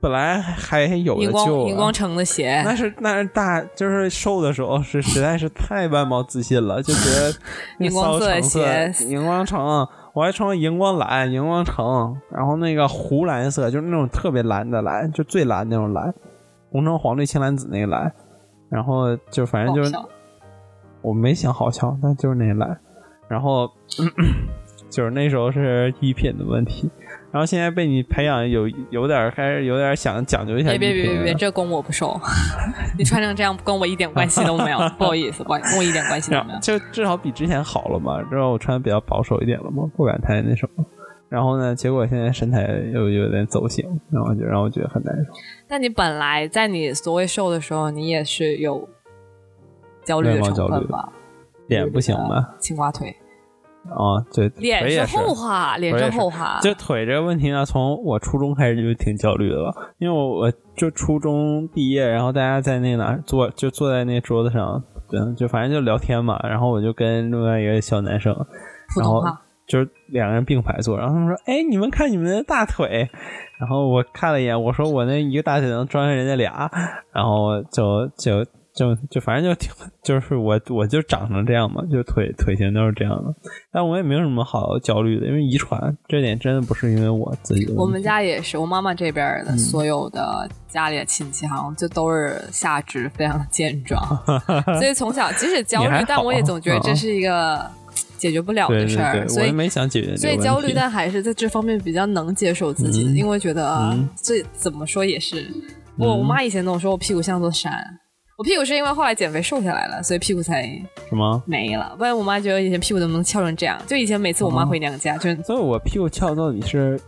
S1: 本来还有
S3: 荧
S1: 的
S3: 光
S1: 救、
S3: 荧光橙的鞋，
S1: 啊那是那是大，就是瘦的时候是实在是太外貌自信了，就觉得那
S3: 荧光
S1: 骚
S3: 色的
S1: 橙
S3: 鞋
S1: 荧光橙，我还穿过荧光蓝、荧光橙，然后那个湖蓝色，就是那种特别蓝的蓝，就最蓝那种蓝，红橙黄绿青蓝紫那个蓝，然后就反正
S3: 搞
S1: 就是
S3: 笑
S1: 我没想好笑，但就是那个蓝，然后咳咳就是那时候是衣品的问题，然后现在被你培养有有点儿开始有点儿想讲究一下
S3: 别
S1: 衣
S3: 别别
S1: 品
S3: 别别，
S1: 了。
S3: 这个功我不收。 你穿成这样跟我一点关系都没有，不好意思，不好意思，跟我一点关系都
S1: 然
S3: 没
S1: 后
S3: 有。
S1: 就至少比之前好了嘛，之后我穿的比较保守一点了嘛，不敢太那什么。然后呢，结果现在身材又又有点走形，然后就让我觉得很难受。
S3: 但你本来在你所谓瘦的时候，你也是有焦虑的
S1: 外貌
S3: 成
S1: 焦虑
S3: 分吧？
S1: 脸不行吧？
S3: 青蛙腿，
S1: 啊，对，
S3: 脸
S1: 腿也是
S3: 后话，脸
S1: 腿也
S3: 是
S1: 是
S3: 后话。
S1: 就腿这个问题呢，从我初中开始就挺焦虑的了，因为我我就初中毕业，然后大家在那哪儿坐，就坐在那桌子上，嗯，就反正就聊天嘛，然后我就跟另外一个小男生，
S3: 普通话，
S1: 就是两个人并排坐，然后他们说：“哎，你们看你们的大腿。” 然后我看了一眼，我说：“我那一个大腿能装下人家俩。”然后就就就就反正就挺就是我我就长成这样嘛，就腿腿型都是这样的。但我也没有什么好焦虑的，因为遗传这点真的不是因为我自己的问题。
S3: 我们家也是，我妈妈这边儿的
S1: 嗯
S3: 所有的家里的亲戚，好像就都是下肢非常 健壮，所以从小即使焦
S1: 你还好，
S3: 虑但我也总觉得这
S1: 嗯
S3: 是一个解决不了
S1: 对
S3: 的
S1: 对
S3: 事儿，
S1: 对，
S3: 所
S1: 我
S3: 以
S1: 也没想解决这
S3: 所
S1: 个
S3: 以
S1: 问题。
S3: 焦虑，但还是在这方面比较能接受自己，
S1: 嗯
S3: 因为觉得、
S1: 嗯
S3: 这怎么说也是，我我妈以前跟我说我屁股像座山，我屁股是因为后来减肥瘦下来了，所以屁股才
S1: 什么？
S3: 没了，不然我妈觉得以前屁股怎么能翘成这样？就以前每次我妈
S1: 哦
S3: 回娘家，就是
S1: 所以我屁股翘到底是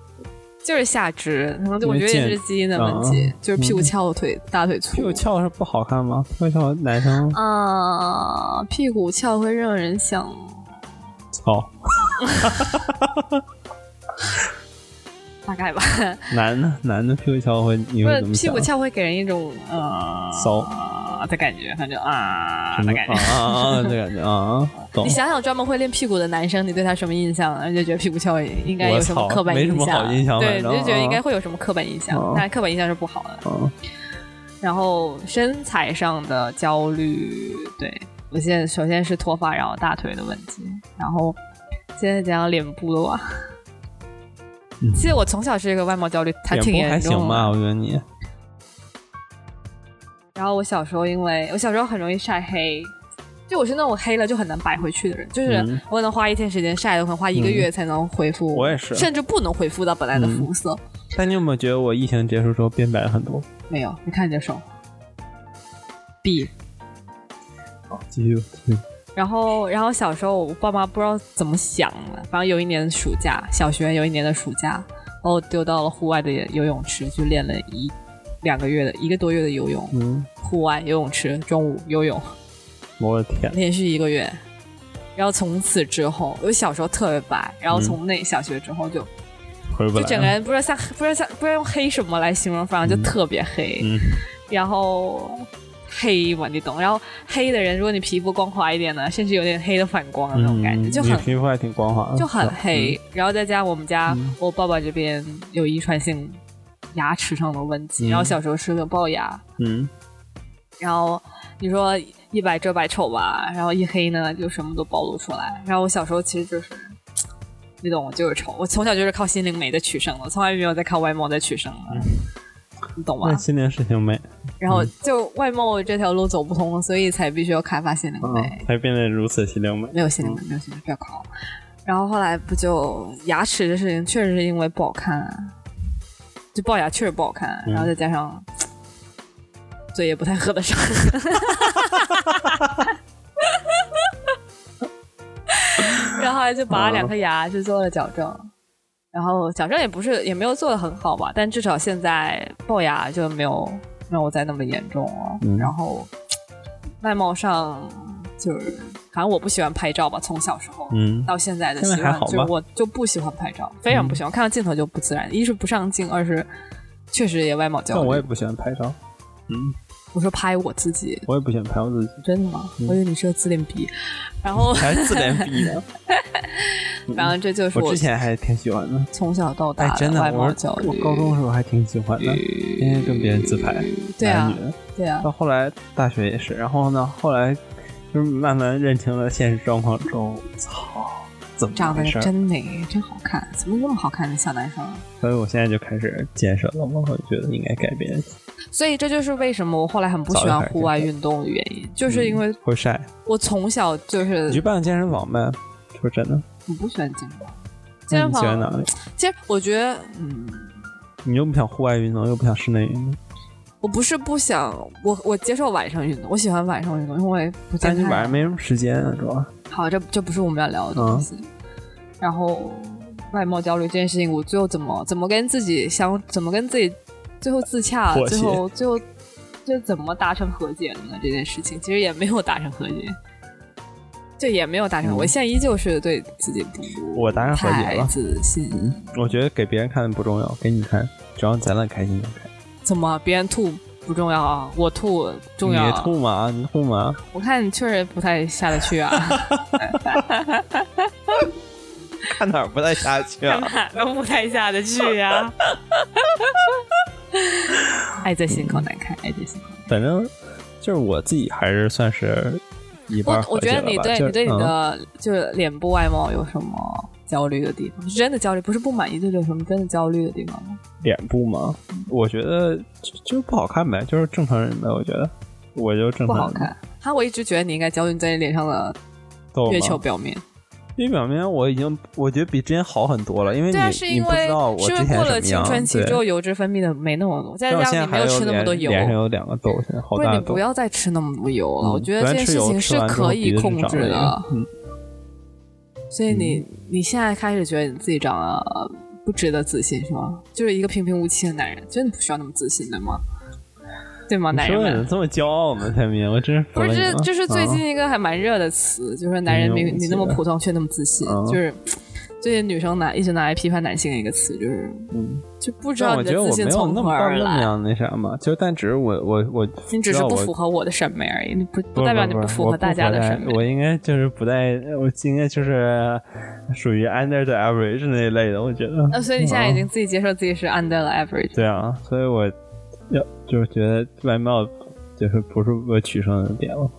S3: 就是下肢，可能就我
S1: 因为
S3: 觉得也是
S1: 健
S3: 基因的问题，
S1: 啊
S3: 就是屁股翘腿、大腿粗，
S1: 屁股翘是不好看吗？屁股翘男生
S3: 啊、屁股翘会让人想
S1: 操，
S3: 大概吧，
S1: 男的男的屁股翘会你
S3: 不
S1: 会
S3: 是
S1: 怎么
S3: 屁
S1: 想啊
S3: 股？翘会给人一种呃
S1: 骚。
S3: 的感觉，反正啊
S1: 什
S3: 的
S1: 么
S3: 感觉。
S1: 啊 啊啊！这感觉啊，啊懂
S3: 你。想想，专门会练屁股的男生，你对他什么印象？而且觉得屁股翘应该有什么刻板印象？
S1: 我操没什么好印象
S3: 对，
S1: 反
S3: 你
S1: 正啊
S3: 就觉得应该会有什么刻板印象，
S1: 嗯
S3: 但刻板印象是不好的。
S1: 嗯
S3: 然后身材上的焦虑，对我现在首先是脱发，然后大腿的问题，然后现在讲讲脸部的话。
S1: 嗯
S3: 其实我从小是一个外貌焦虑，还挺
S1: 脸部还
S3: 严
S1: 行
S3: 重
S1: 吧，
S3: 啊的。
S1: 我觉得你
S3: 然后我小时候，因为我小时候很容易晒黑，就我是那种黑了就很难摆回去的人，就是
S1: 嗯
S3: 我可能花一天时间晒，我可能花一个月才能恢复，
S1: 我也是嗯
S3: 甚至不能恢复到本来的肤色。
S1: 但你有没有觉得我疫情结束之后变白了很多？
S3: 没有，你看你的手，B。
S1: 继续，继续
S3: 然后，然后小时候我爸妈不知道怎么想的，反正有一年暑假，小学有一年的暑假，把我丢到了户外的游泳池去练了一两个月的一个多月的游泳，
S1: 嗯，
S3: 户外游泳池中午游泳，
S1: 我的天，
S3: 连续一个月。然后从此之后，我小时候特别白，然后从那小学之后就、
S1: 嗯回不
S3: 就
S1: 来了。
S3: 整个人不知道像不知道像不知道用黑什么来形容，反正就
S1: 嗯
S3: 特别黑。
S1: 嗯
S3: 然后黑嘛，你懂。然后黑的人，如果你皮肤光滑一点呢，甚至有点黑的反光的那种感觉，
S1: 嗯
S3: 就
S1: 你
S3: 很
S1: 皮肤还挺光滑的，
S3: 就很
S1: 啊是吧
S3: 黑。。然后再加上我们家、
S1: 嗯
S3: 我爸爸这边有遗传性牙齿上的问题，
S1: 嗯
S3: 然后小时候吃了龅牙，
S1: 嗯，
S3: 然后你说一白遮百丑吧，然后一黑呢就什么都暴露出来。然后我小时候其实就是。你懂，我就是丑。我从小就是靠心灵美的取胜的，我从来没有在靠外貌在取胜的，你懂
S1: 嗯
S3: 吗？
S1: 那嗯心灵是挺美，
S3: 然后就外貌这条路走不通，所以才必须要开发心灵
S1: 嗯
S3: 美。，
S1: 才变得如此心灵美。
S3: 没有心灵美，没有心灵美，不要考我。然后后来不就牙齿这事情，确实是因为不好看、啊，就龅牙确实不好看，啊
S1: 嗯
S3: 然后再加上嘴也不太合得上。 然后后来就拔了两颗牙，去做了矫正，然后矫正也不是也没有做的很好吧，但至少现在龅牙就没有没有再那么严重了。
S1: 嗯
S3: 然后外貌上就是，反正我不喜欢拍照吧，从小时候。
S1: 嗯，
S3: 到现在的
S1: 现在
S3: 习
S1: 还
S3: 惯
S1: 好嗯
S3: 就是
S1: 吧
S3: 我就不喜欢拍照，非常不喜欢，看到镜头就不自然。一是不上镜，二是确实也外貌焦
S1: 但我也
S3: 虑。
S1: 不喜欢拍照，嗯，
S3: 我说拍我自己，
S1: 我也不喜欢拍我自己，
S3: 真的吗？
S1: 嗯
S3: 我以为你是个自恋逼。然 后，
S1: 还是自恋逼 呢。
S3: 然后这就是
S1: 我之前还挺喜欢的，
S3: 从小到
S1: 哎
S3: 大，
S1: 真的，
S3: 外
S1: 我
S3: 貌焦虑。
S1: 我高中的时候还挺喜欢的，天天跟别人自拍，
S3: 对啊
S1: 男，女。
S3: 对啊，
S1: 到后来大学也是，然后呢，后来就是慢慢认清了现实状况之后，操，怎么
S3: 长得
S1: 回事儿？
S3: 真美，真好看，怎么那么好看的小男生？
S1: 所以我现在就开始健身了，我觉得应该改变，
S3: 所以这就是为什么我后来很不喜欢户外运动的原因，就是因为
S1: 会晒。
S3: 我从小就
S1: 嗯你去
S3: 是
S1: 办个健身房呗，说真的，
S3: 我不喜欢健身，
S1: 那
S3: 健身
S1: 你喜欢
S3: 房
S1: 哪里？
S3: 其实我觉得，嗯，
S1: 你又不想户外运动，又不想室内运动，
S3: 我不是不想，我我接受晚上运动，我喜欢晚上运动，因为不
S1: 但
S3: 健
S1: 是
S3: 康。
S1: 晚上没什么时间啊，主要。
S3: 好，这这不是我们要聊的东
S1: 嗯
S3: 西。然后外貌焦虑这件事情，我最后怎么怎么跟自己相，怎么跟自己最后自洽，
S1: 妥协
S3: 最后最后就怎么达成和解了呢？这件事情其实也没有达成和解，就也没有达成。
S1: 嗯
S3: 我现在依旧是对自己不
S1: 我达成和解
S3: 太
S1: 了
S3: 自信。
S1: 我觉得给别人看不重要，给你看，只要咱俩开心就可以。
S3: 怎么别人吐不重要啊？我吐重要
S1: 你
S3: 啊、
S1: 别吐嘛，你吐嘛，
S3: 我看你确实不太下得去啊，
S1: 看哪儿不太下去啊？
S3: 哪都不太下得去 啊。爱在心口难开，爱在心口。
S1: 反正就是我自己还是算是一半
S3: 我
S1: 儿
S3: 我
S1: 和
S3: 觉
S1: 解
S3: 得
S1: 了吧。
S3: 你对
S1: 就
S3: 你对你
S1: 嗯
S3: 的、就是脸部外貌有什么焦虑的地方？是真的焦虑，不是不满意，就是有什么真的焦虑的地方吗？
S1: 脸部嘛，我觉得就就不好看呗，就是正常人呗。我觉得我就正
S3: 不
S1: 常
S3: 好
S1: 人
S3: 看。哈，我一直觉得你应该焦虑在你脸上的
S1: 逗
S3: 月
S1: 嘛
S3: 球表面。
S1: 因为表面我已经我觉得比之前好很多了，因为你、
S3: 对啊，是
S1: 你
S3: 因
S1: 不知
S3: 为
S1: 道我
S3: 是
S1: 之
S3: 因为
S1: 前
S3: 过
S1: 什
S3: 了
S1: 么
S3: 青
S1: 样
S3: 春期
S1: 对
S3: 之后，油脂分泌的没那么多，再
S1: 但我
S3: 加
S1: 现在
S3: 上你没
S1: 还有
S3: 吃那么
S1: 脸
S3: 多油，
S1: 脸上有两个痘，现在好
S3: 不是
S1: 大
S3: 你
S1: 的痘
S3: 不。要再吃那么多油了，
S1: 嗯
S3: 我觉得
S1: 昨
S3: 这
S1: 天
S3: 件
S1: 吃
S3: 事
S1: 油
S3: 情
S1: 吃
S3: 是
S1: 完之后
S3: 可
S1: 鼻
S3: 以
S1: 子就
S3: 控
S1: 长
S3: 制
S1: 了一
S3: 的
S1: 个。嗯，
S3: 所以你你现在开始觉得你自己长得呃不值得自信是吗？就是一个平平无奇的男人，真的不需要那么自信的吗？对吗，男
S1: 你
S3: 人
S1: 说你
S3: 们？
S1: 怎么这么骄傲呢，蔡明？我真是服
S3: 不是，
S1: 了你
S3: 这
S1: 了
S3: 这是最
S1: 啊
S3: 近一个还蛮热的词，就是男人
S1: 平
S3: 明
S1: 平无
S3: 你
S1: 奇
S3: 那么
S1: 的
S3: 普通却那么自信，
S1: 嗯
S3: 就是最近女生拿一直拿来批判男性的一个词，就是
S1: 嗯
S3: 就不知
S1: 但
S3: 道
S1: 我
S3: 你
S1: 觉
S3: 的
S1: 得
S3: 自
S1: 我没有
S3: 信从
S1: 那
S3: 何
S1: 么到
S3: 而
S1: 那么
S3: 来，
S1: 样那啥嘛，就但只是我我我，
S3: 你只
S1: 知
S3: 是
S1: 道
S3: 不
S1: 我
S3: 符合我的审美而已，你不不
S1: 不
S3: 代表
S1: 不
S3: 你
S1: 不
S3: 符
S1: 我
S3: 合大家的
S1: 不
S3: 审美。
S1: 我应该就是不在，我应该就是属于 under the average 那一类的，我觉得。
S3: 呃，所以你现在已
S1: 嗯
S3: 经自己接受自己是 under the average，
S1: 对啊，所以我要就是觉得外貌就是不是我取胜的点了，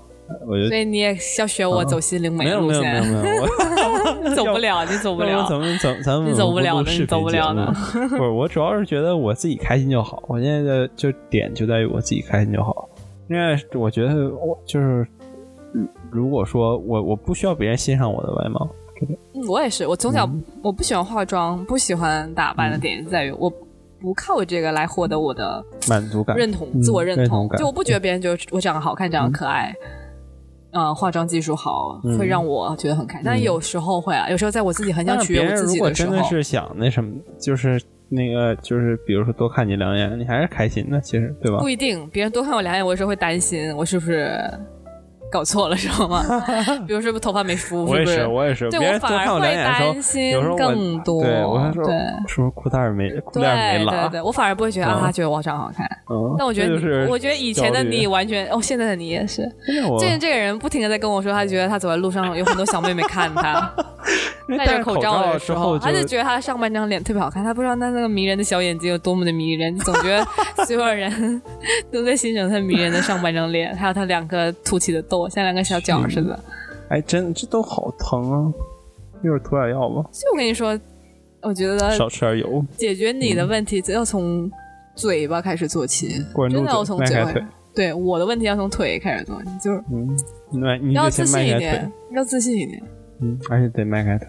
S1: 我觉
S3: 所
S1: 得
S3: 以你也要学我
S1: 嗯
S3: 走心灵
S1: 没
S3: 美
S1: 有
S3: 路
S1: 没有
S3: 线，
S1: 没有没有， 我
S3: 走不了，你走不
S1: 要
S3: 了
S1: 不。咱们咱咱们
S3: 你走不了的
S1: 录视
S3: 你走
S1: 频
S3: 不了
S1: 节目 不是，我主要是觉得我自己开心就好。我现在的就点就在于我自己开心就好。因为我觉得我就是，嗯如果说我我不需要别人欣赏我的外貌，
S3: 嗯我也是，我从小我不喜欢化妆，不喜欢打扮的点在于我不靠这个来获得我的
S1: 满足感
S3: 认同、
S1: 嗯
S3: 自我认
S1: 认同感
S3: 就我不觉得别人觉得我长得好看、长得可爱，嗯、化妆技术好、
S1: 嗯
S3: 会让我觉得很开心。但有时候会啊，有时候在我自己很想
S1: 但是
S3: 取
S1: 别
S3: 悦我
S1: 人
S3: 自
S1: 如
S3: 己
S1: 果
S3: 的时
S1: 真
S3: 候，
S1: 的是想那什么，就是那个就是，比如说多看你两眼，你还是开心的，其实对吧
S3: 不？一定，别人多看我两眼，我有时候会担心，我是不是搞错了，知 道吗？比如是不是头发没梳，
S1: 我
S3: 是
S1: 也
S3: 不
S1: 是，我也是。
S3: 对
S1: 别人
S3: 我
S1: 多
S3: 反而
S1: 看我
S3: 会
S1: 两眼的时
S3: 担
S1: 候，
S3: 心
S1: 有时候我
S3: 更多。
S1: 对，我还说
S3: 对
S1: 是不是裤带儿没裤带儿没
S3: 对
S1: 拉
S3: 对？对，我反而不会觉得
S1: 嗯
S3: 啊，他觉得我长得好看。
S1: 嗯，
S3: 但我觉
S1: 这
S3: 得
S1: 就
S3: 你，
S1: 是
S3: 我觉得以前的你完全，哦，现在的你也是。
S1: 真的我
S3: 最近这个人不停的在跟我说，他觉得他走在路上有很多小妹妹 看他，
S1: 因为
S3: 戴
S1: 哎戴
S3: 着
S1: 口
S3: 口罩的
S1: 之
S3: 时
S1: 后
S3: 候，他就觉得他上半张脸特别好看，他不知道他那个迷人的小眼睛有多么的迷人，总觉得所有人 都在欣赏他迷人的上半张脸，还有他两个凸起的痘，像两个小脚似的。
S1: 哎，真这都好疼啊！一会儿涂点药吧，
S3: 所以我跟你说，我觉得
S1: 少吃嗯点油，
S3: 解决你的问题，只要从嘴巴开始做起。
S1: 管
S3: 真
S1: 住
S3: 的要从
S1: 迈
S3: 嘴
S1: 开
S3: 巴
S1: 腿，。
S3: 对，我的问题要从腿开始做，你就是
S1: 嗯，迈你
S3: 要
S1: 得
S3: 自
S1: 先
S3: 信
S1: 迈
S3: 一
S1: 开
S3: 点
S1: 腿，，
S3: 要自信一点。
S1: 嗯，而且得迈开腿。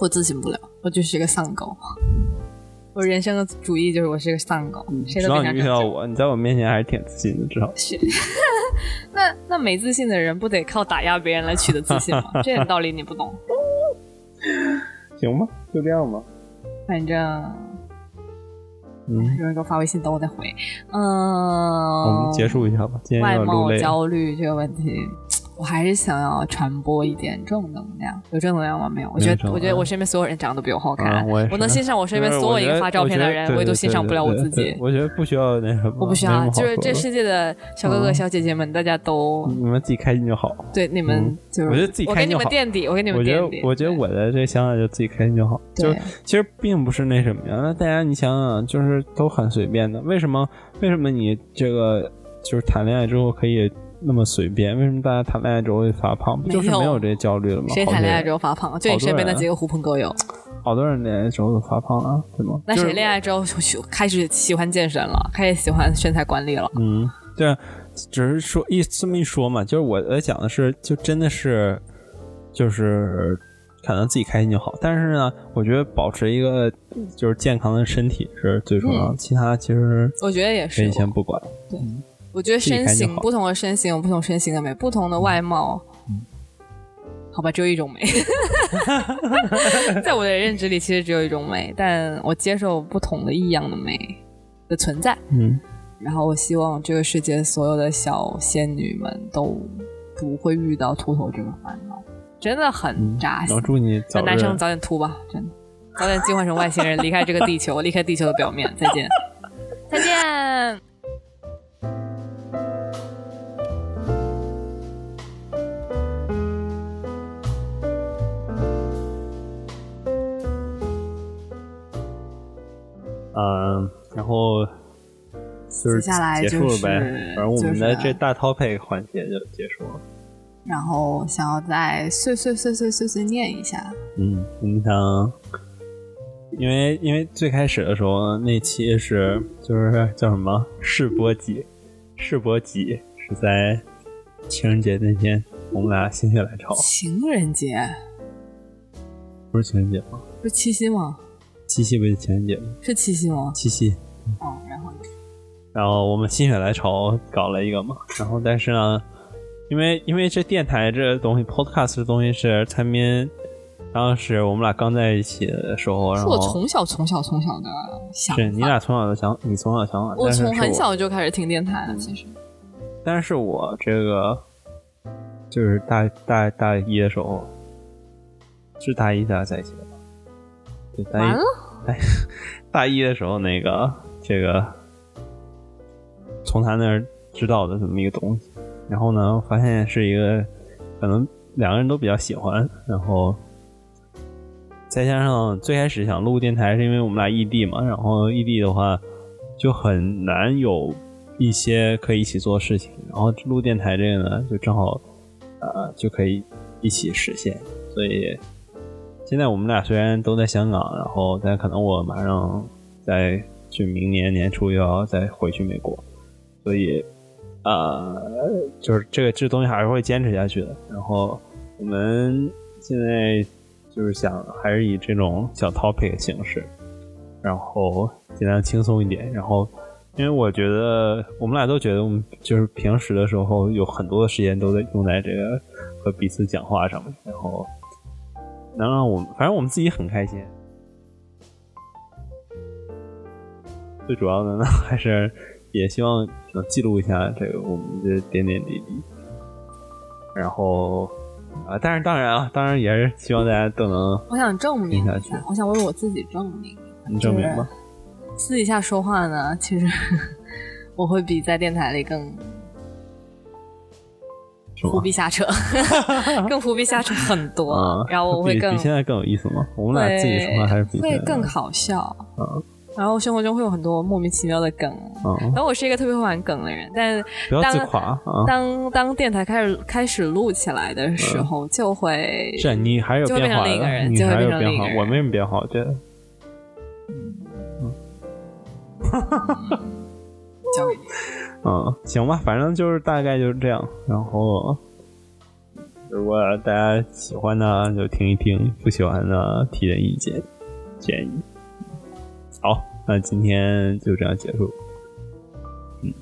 S3: 我自信不了，我就是一个丧狗。 我人生的主义就是我是个丧狗，谁
S1: 直
S3: 都
S1: 到
S3: 别
S1: 你
S3: 想
S1: 遇到我，你在我面前还是挺自信的，至少。
S3: 是。 那那没自信的人不得靠打压别人来取得自信吗？这点道理你不懂。
S1: 行吧，就这样吧。
S3: 反正
S1: 嗯，
S3: 有人给我发微信，等我再回。嗯，
S1: 我们结束一下吧，今天
S3: 哦外
S1: 有点录
S3: 貌
S1: 累了。
S3: 焦虑这个问题，我还是想要传播一点正能量。有正能量吗？没有。我觉
S1: 没有正
S3: 得，
S1: 能量
S3: 我觉得我身边所有人长得都比我好看，
S1: 嗯我也是
S3: 能欣赏我身边所有一个发照片的人，
S1: 我
S3: 我也都欣赏不了我自己。
S1: 我觉得不需要那什么，
S3: 我不需
S1: 没什
S3: 要，
S1: 么好
S3: 就是
S1: 说
S3: 这
S1: 的
S3: 世界的小哥哥、
S1: 嗯
S3: 小姐姐们，大家都
S1: 你们自己开心就好。
S3: 对你们
S1: 嗯
S3: 就是，
S1: 我觉得自己
S3: 我
S1: 开
S3: 给
S1: 心
S3: 你
S1: 就
S3: 们
S1: 好
S3: 垫底，我给你们
S1: 我觉
S3: 垫
S1: 得
S3: 底。，
S1: 我觉得我的这想法就自己开心就好，就
S3: 对
S1: 是其实并不是那什么呀。那大家你想想，就是都很随便的。为什么？为什么你这个就是谈恋爱之后可以那么随便？为什么大家谈恋爱之后会发胖？不就是
S3: 没有
S1: 没有这焦虑了吗？
S3: 谁
S1: 好
S3: 谈
S1: 多
S3: 恋爱
S1: 人
S3: 之后发胖？就你身边那几个狐朋狗友，
S1: 好多人恋爱之后都发胖啊，对吗？
S3: 那
S1: 就是
S3: 谁恋爱之后就就开始喜欢健身了，开始喜欢身材管理了？
S1: 嗯，对啊，只是说呃一这么一说嘛，就是我在讲的是，就真的是，就是可能自己开心就好。但是呢，我觉得保持一个就是健康的身体是最重要的，其他其实
S3: 嗯我觉得也
S1: 跟
S3: 是
S1: 以。前不管。
S3: 我觉得
S1: 自己
S3: 身
S1: 看就
S3: 形
S1: 好嗯
S3: 不同的身形有不同身形的美，不同的外貌，好吧，只有一种美。 在我的认知里，其实只有一种美，但我接受不同的异样的美的存在。
S1: 嗯，
S3: 然后我希望这个世界所有的小仙女们都不会遇到秃头这个烦恼，真的很
S1: 嗯
S3: 扎
S1: 然
S3: 心
S1: 后。祝你早
S3: 那
S1: 日
S3: 男生早点秃吧，真的，早点进化成外星人，离开这个地球，离开地球的表面。再见， 再见。
S1: 嗯，然后就是
S3: 接下来
S1: 结束了
S3: 就是
S1: 呗。反正我们的
S3: 就
S1: 这
S3: 是
S1: 大 topic 环节就结束了。
S3: 然后想要再碎碎碎碎碎碎念一下，
S1: 嗯，我们想，因为因为最开始的时候那期是就是叫什么试播集，试播集是在情人节那天，我们俩心血来潮，
S3: 情人节
S1: 不是情人节吗？
S3: 不是七夕吗？
S1: 七夕不是情人节吗？
S3: 是七夕吗？
S1: 七夕。
S3: 哦，然后
S1: 然后我们心血来潮搞了一个嘛，然后但是呢，因为因为这电台这东西，podcast 这东西是蔡斌，当时我们俩刚在一起的时候，然
S3: 是我
S1: 后
S3: 从小从小从小的想
S1: 是你
S3: 法，
S1: 俩从小的想，你从小的想法，
S3: 我
S1: 但是
S3: 从
S1: 是
S3: 很小就开始听电台了，其实
S1: 但是我这个就是大大大一的时候，是大一咱俩在一起的吧？对，大一
S3: 完了
S1: 大一的时候，那个这个从他那儿知道的这么一个东西，然后呢，我发现是一个可能两个人都比较喜欢，然后再加上最开始想录电台是因为我们俩异地嘛，然后异地的话就很难有一些可以一起做的事情，然后录电台这个呢，就正好呃就可以一起实现，所以现在我们俩虽然都在香港，然后但可能我马上再去明年年初又要再回去美国，所以呃，就是这个这东西还是会坚持下去的。然后我们现在就是想还是以这种小 topic 的形式，然后尽量轻松一点，然后。因为我觉得我们俩都觉得，我们就是平时的时候有很多的时间都在用在这个和彼此讲话上面，然后能让我们，反正我们自己很开心。最主要的呢，还是也希望能记录一下这个我们的点点滴滴。然后啊，但是当然啊，当然也是希望大家都能
S3: 我想证明一
S1: 听下
S3: 下，我想为我自己证明一下。
S1: 证明吧。
S3: 私底下说话呢，其实 我会比在电台里更
S1: 是吗
S3: 胡逼瞎 扯，更胡逼瞎扯很多。
S1: 啊，
S3: 然后我会
S1: 比
S3: 更
S1: 比现在更有意思吗？我们俩自己说话还是比
S3: 会
S1: 现在嗯啊
S3: 更好笑。然后生活中会有很多莫名其妙的梗。啊
S1: 嗯，
S3: 然后我是一个特别会玩梗的人，但
S1: 不要自
S3: 当
S1: 夸啊。
S3: 当当电台开始开始录起来的时候，就会
S1: 嗯是你还是有
S3: 就会
S1: 变
S3: 变
S1: 化
S3: 成另一个
S1: 的，
S3: 人
S1: 你
S3: 就会
S1: 还是
S3: 变
S1: 有
S3: 成
S1: 变
S3: 另一
S1: 化
S3: 个，人
S1: 我没什么变化，我觉得。
S3: 交给你
S1: 嗯，行吧，反正就是大概就是这样。然后，如果大家喜欢的就听一听，不喜欢的提点意见建议。好，那今天就这样结束。 嗯，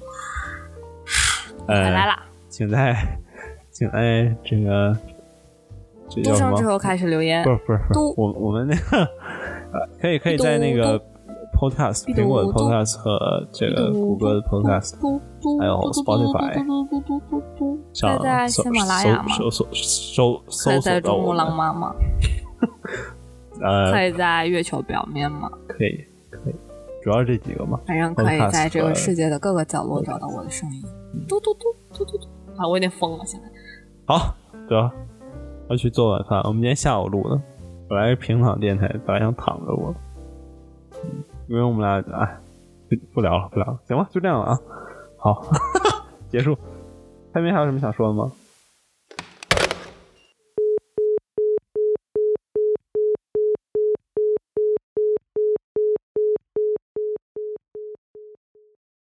S2: 回
S1: 呃，
S2: 来了。
S1: 请在，请在这个这叫什
S3: 嘟声
S1: 么
S3: 之？后开始留言
S1: 不，是不是不
S3: 嘟
S1: 是，我我们那个呃，可以可以
S3: 嘟
S1: 在那个
S3: 嘟
S1: Podcast
S3: 嘟
S1: 苹果的
S3: 嘟
S1: Podcast 和这个谷歌的 Podcast
S3: 嘟嘟
S1: 还有 Spotify
S3: 嘟嘟嘟嘟嘟，
S1: 上
S3: 在在
S1: 搜
S3: 喜马拉雅吗？
S1: 搜搜搜搜索
S3: 在在
S1: 到
S3: 珠
S1: 我
S3: 穆朗
S1: 们，
S3: 玛吗？
S1: 呃，
S3: 可以在月球表面吗？
S1: 可以可以，主要这几个嘛。
S3: 反正可以在这个世界的各个角落
S1: Podcast
S3: 找到我的声音。嘟嘟嘟嘟嘟嘟，啊，我有点疯了，现在。
S1: 好，得要去做晚饭。我们今天下午录的，本来是平躺电台，本来想躺着我，嗯因为我们俩哎，不不 聊了不聊了，行吧，就这样了啊。好，结束。还没还有什么想说的吗？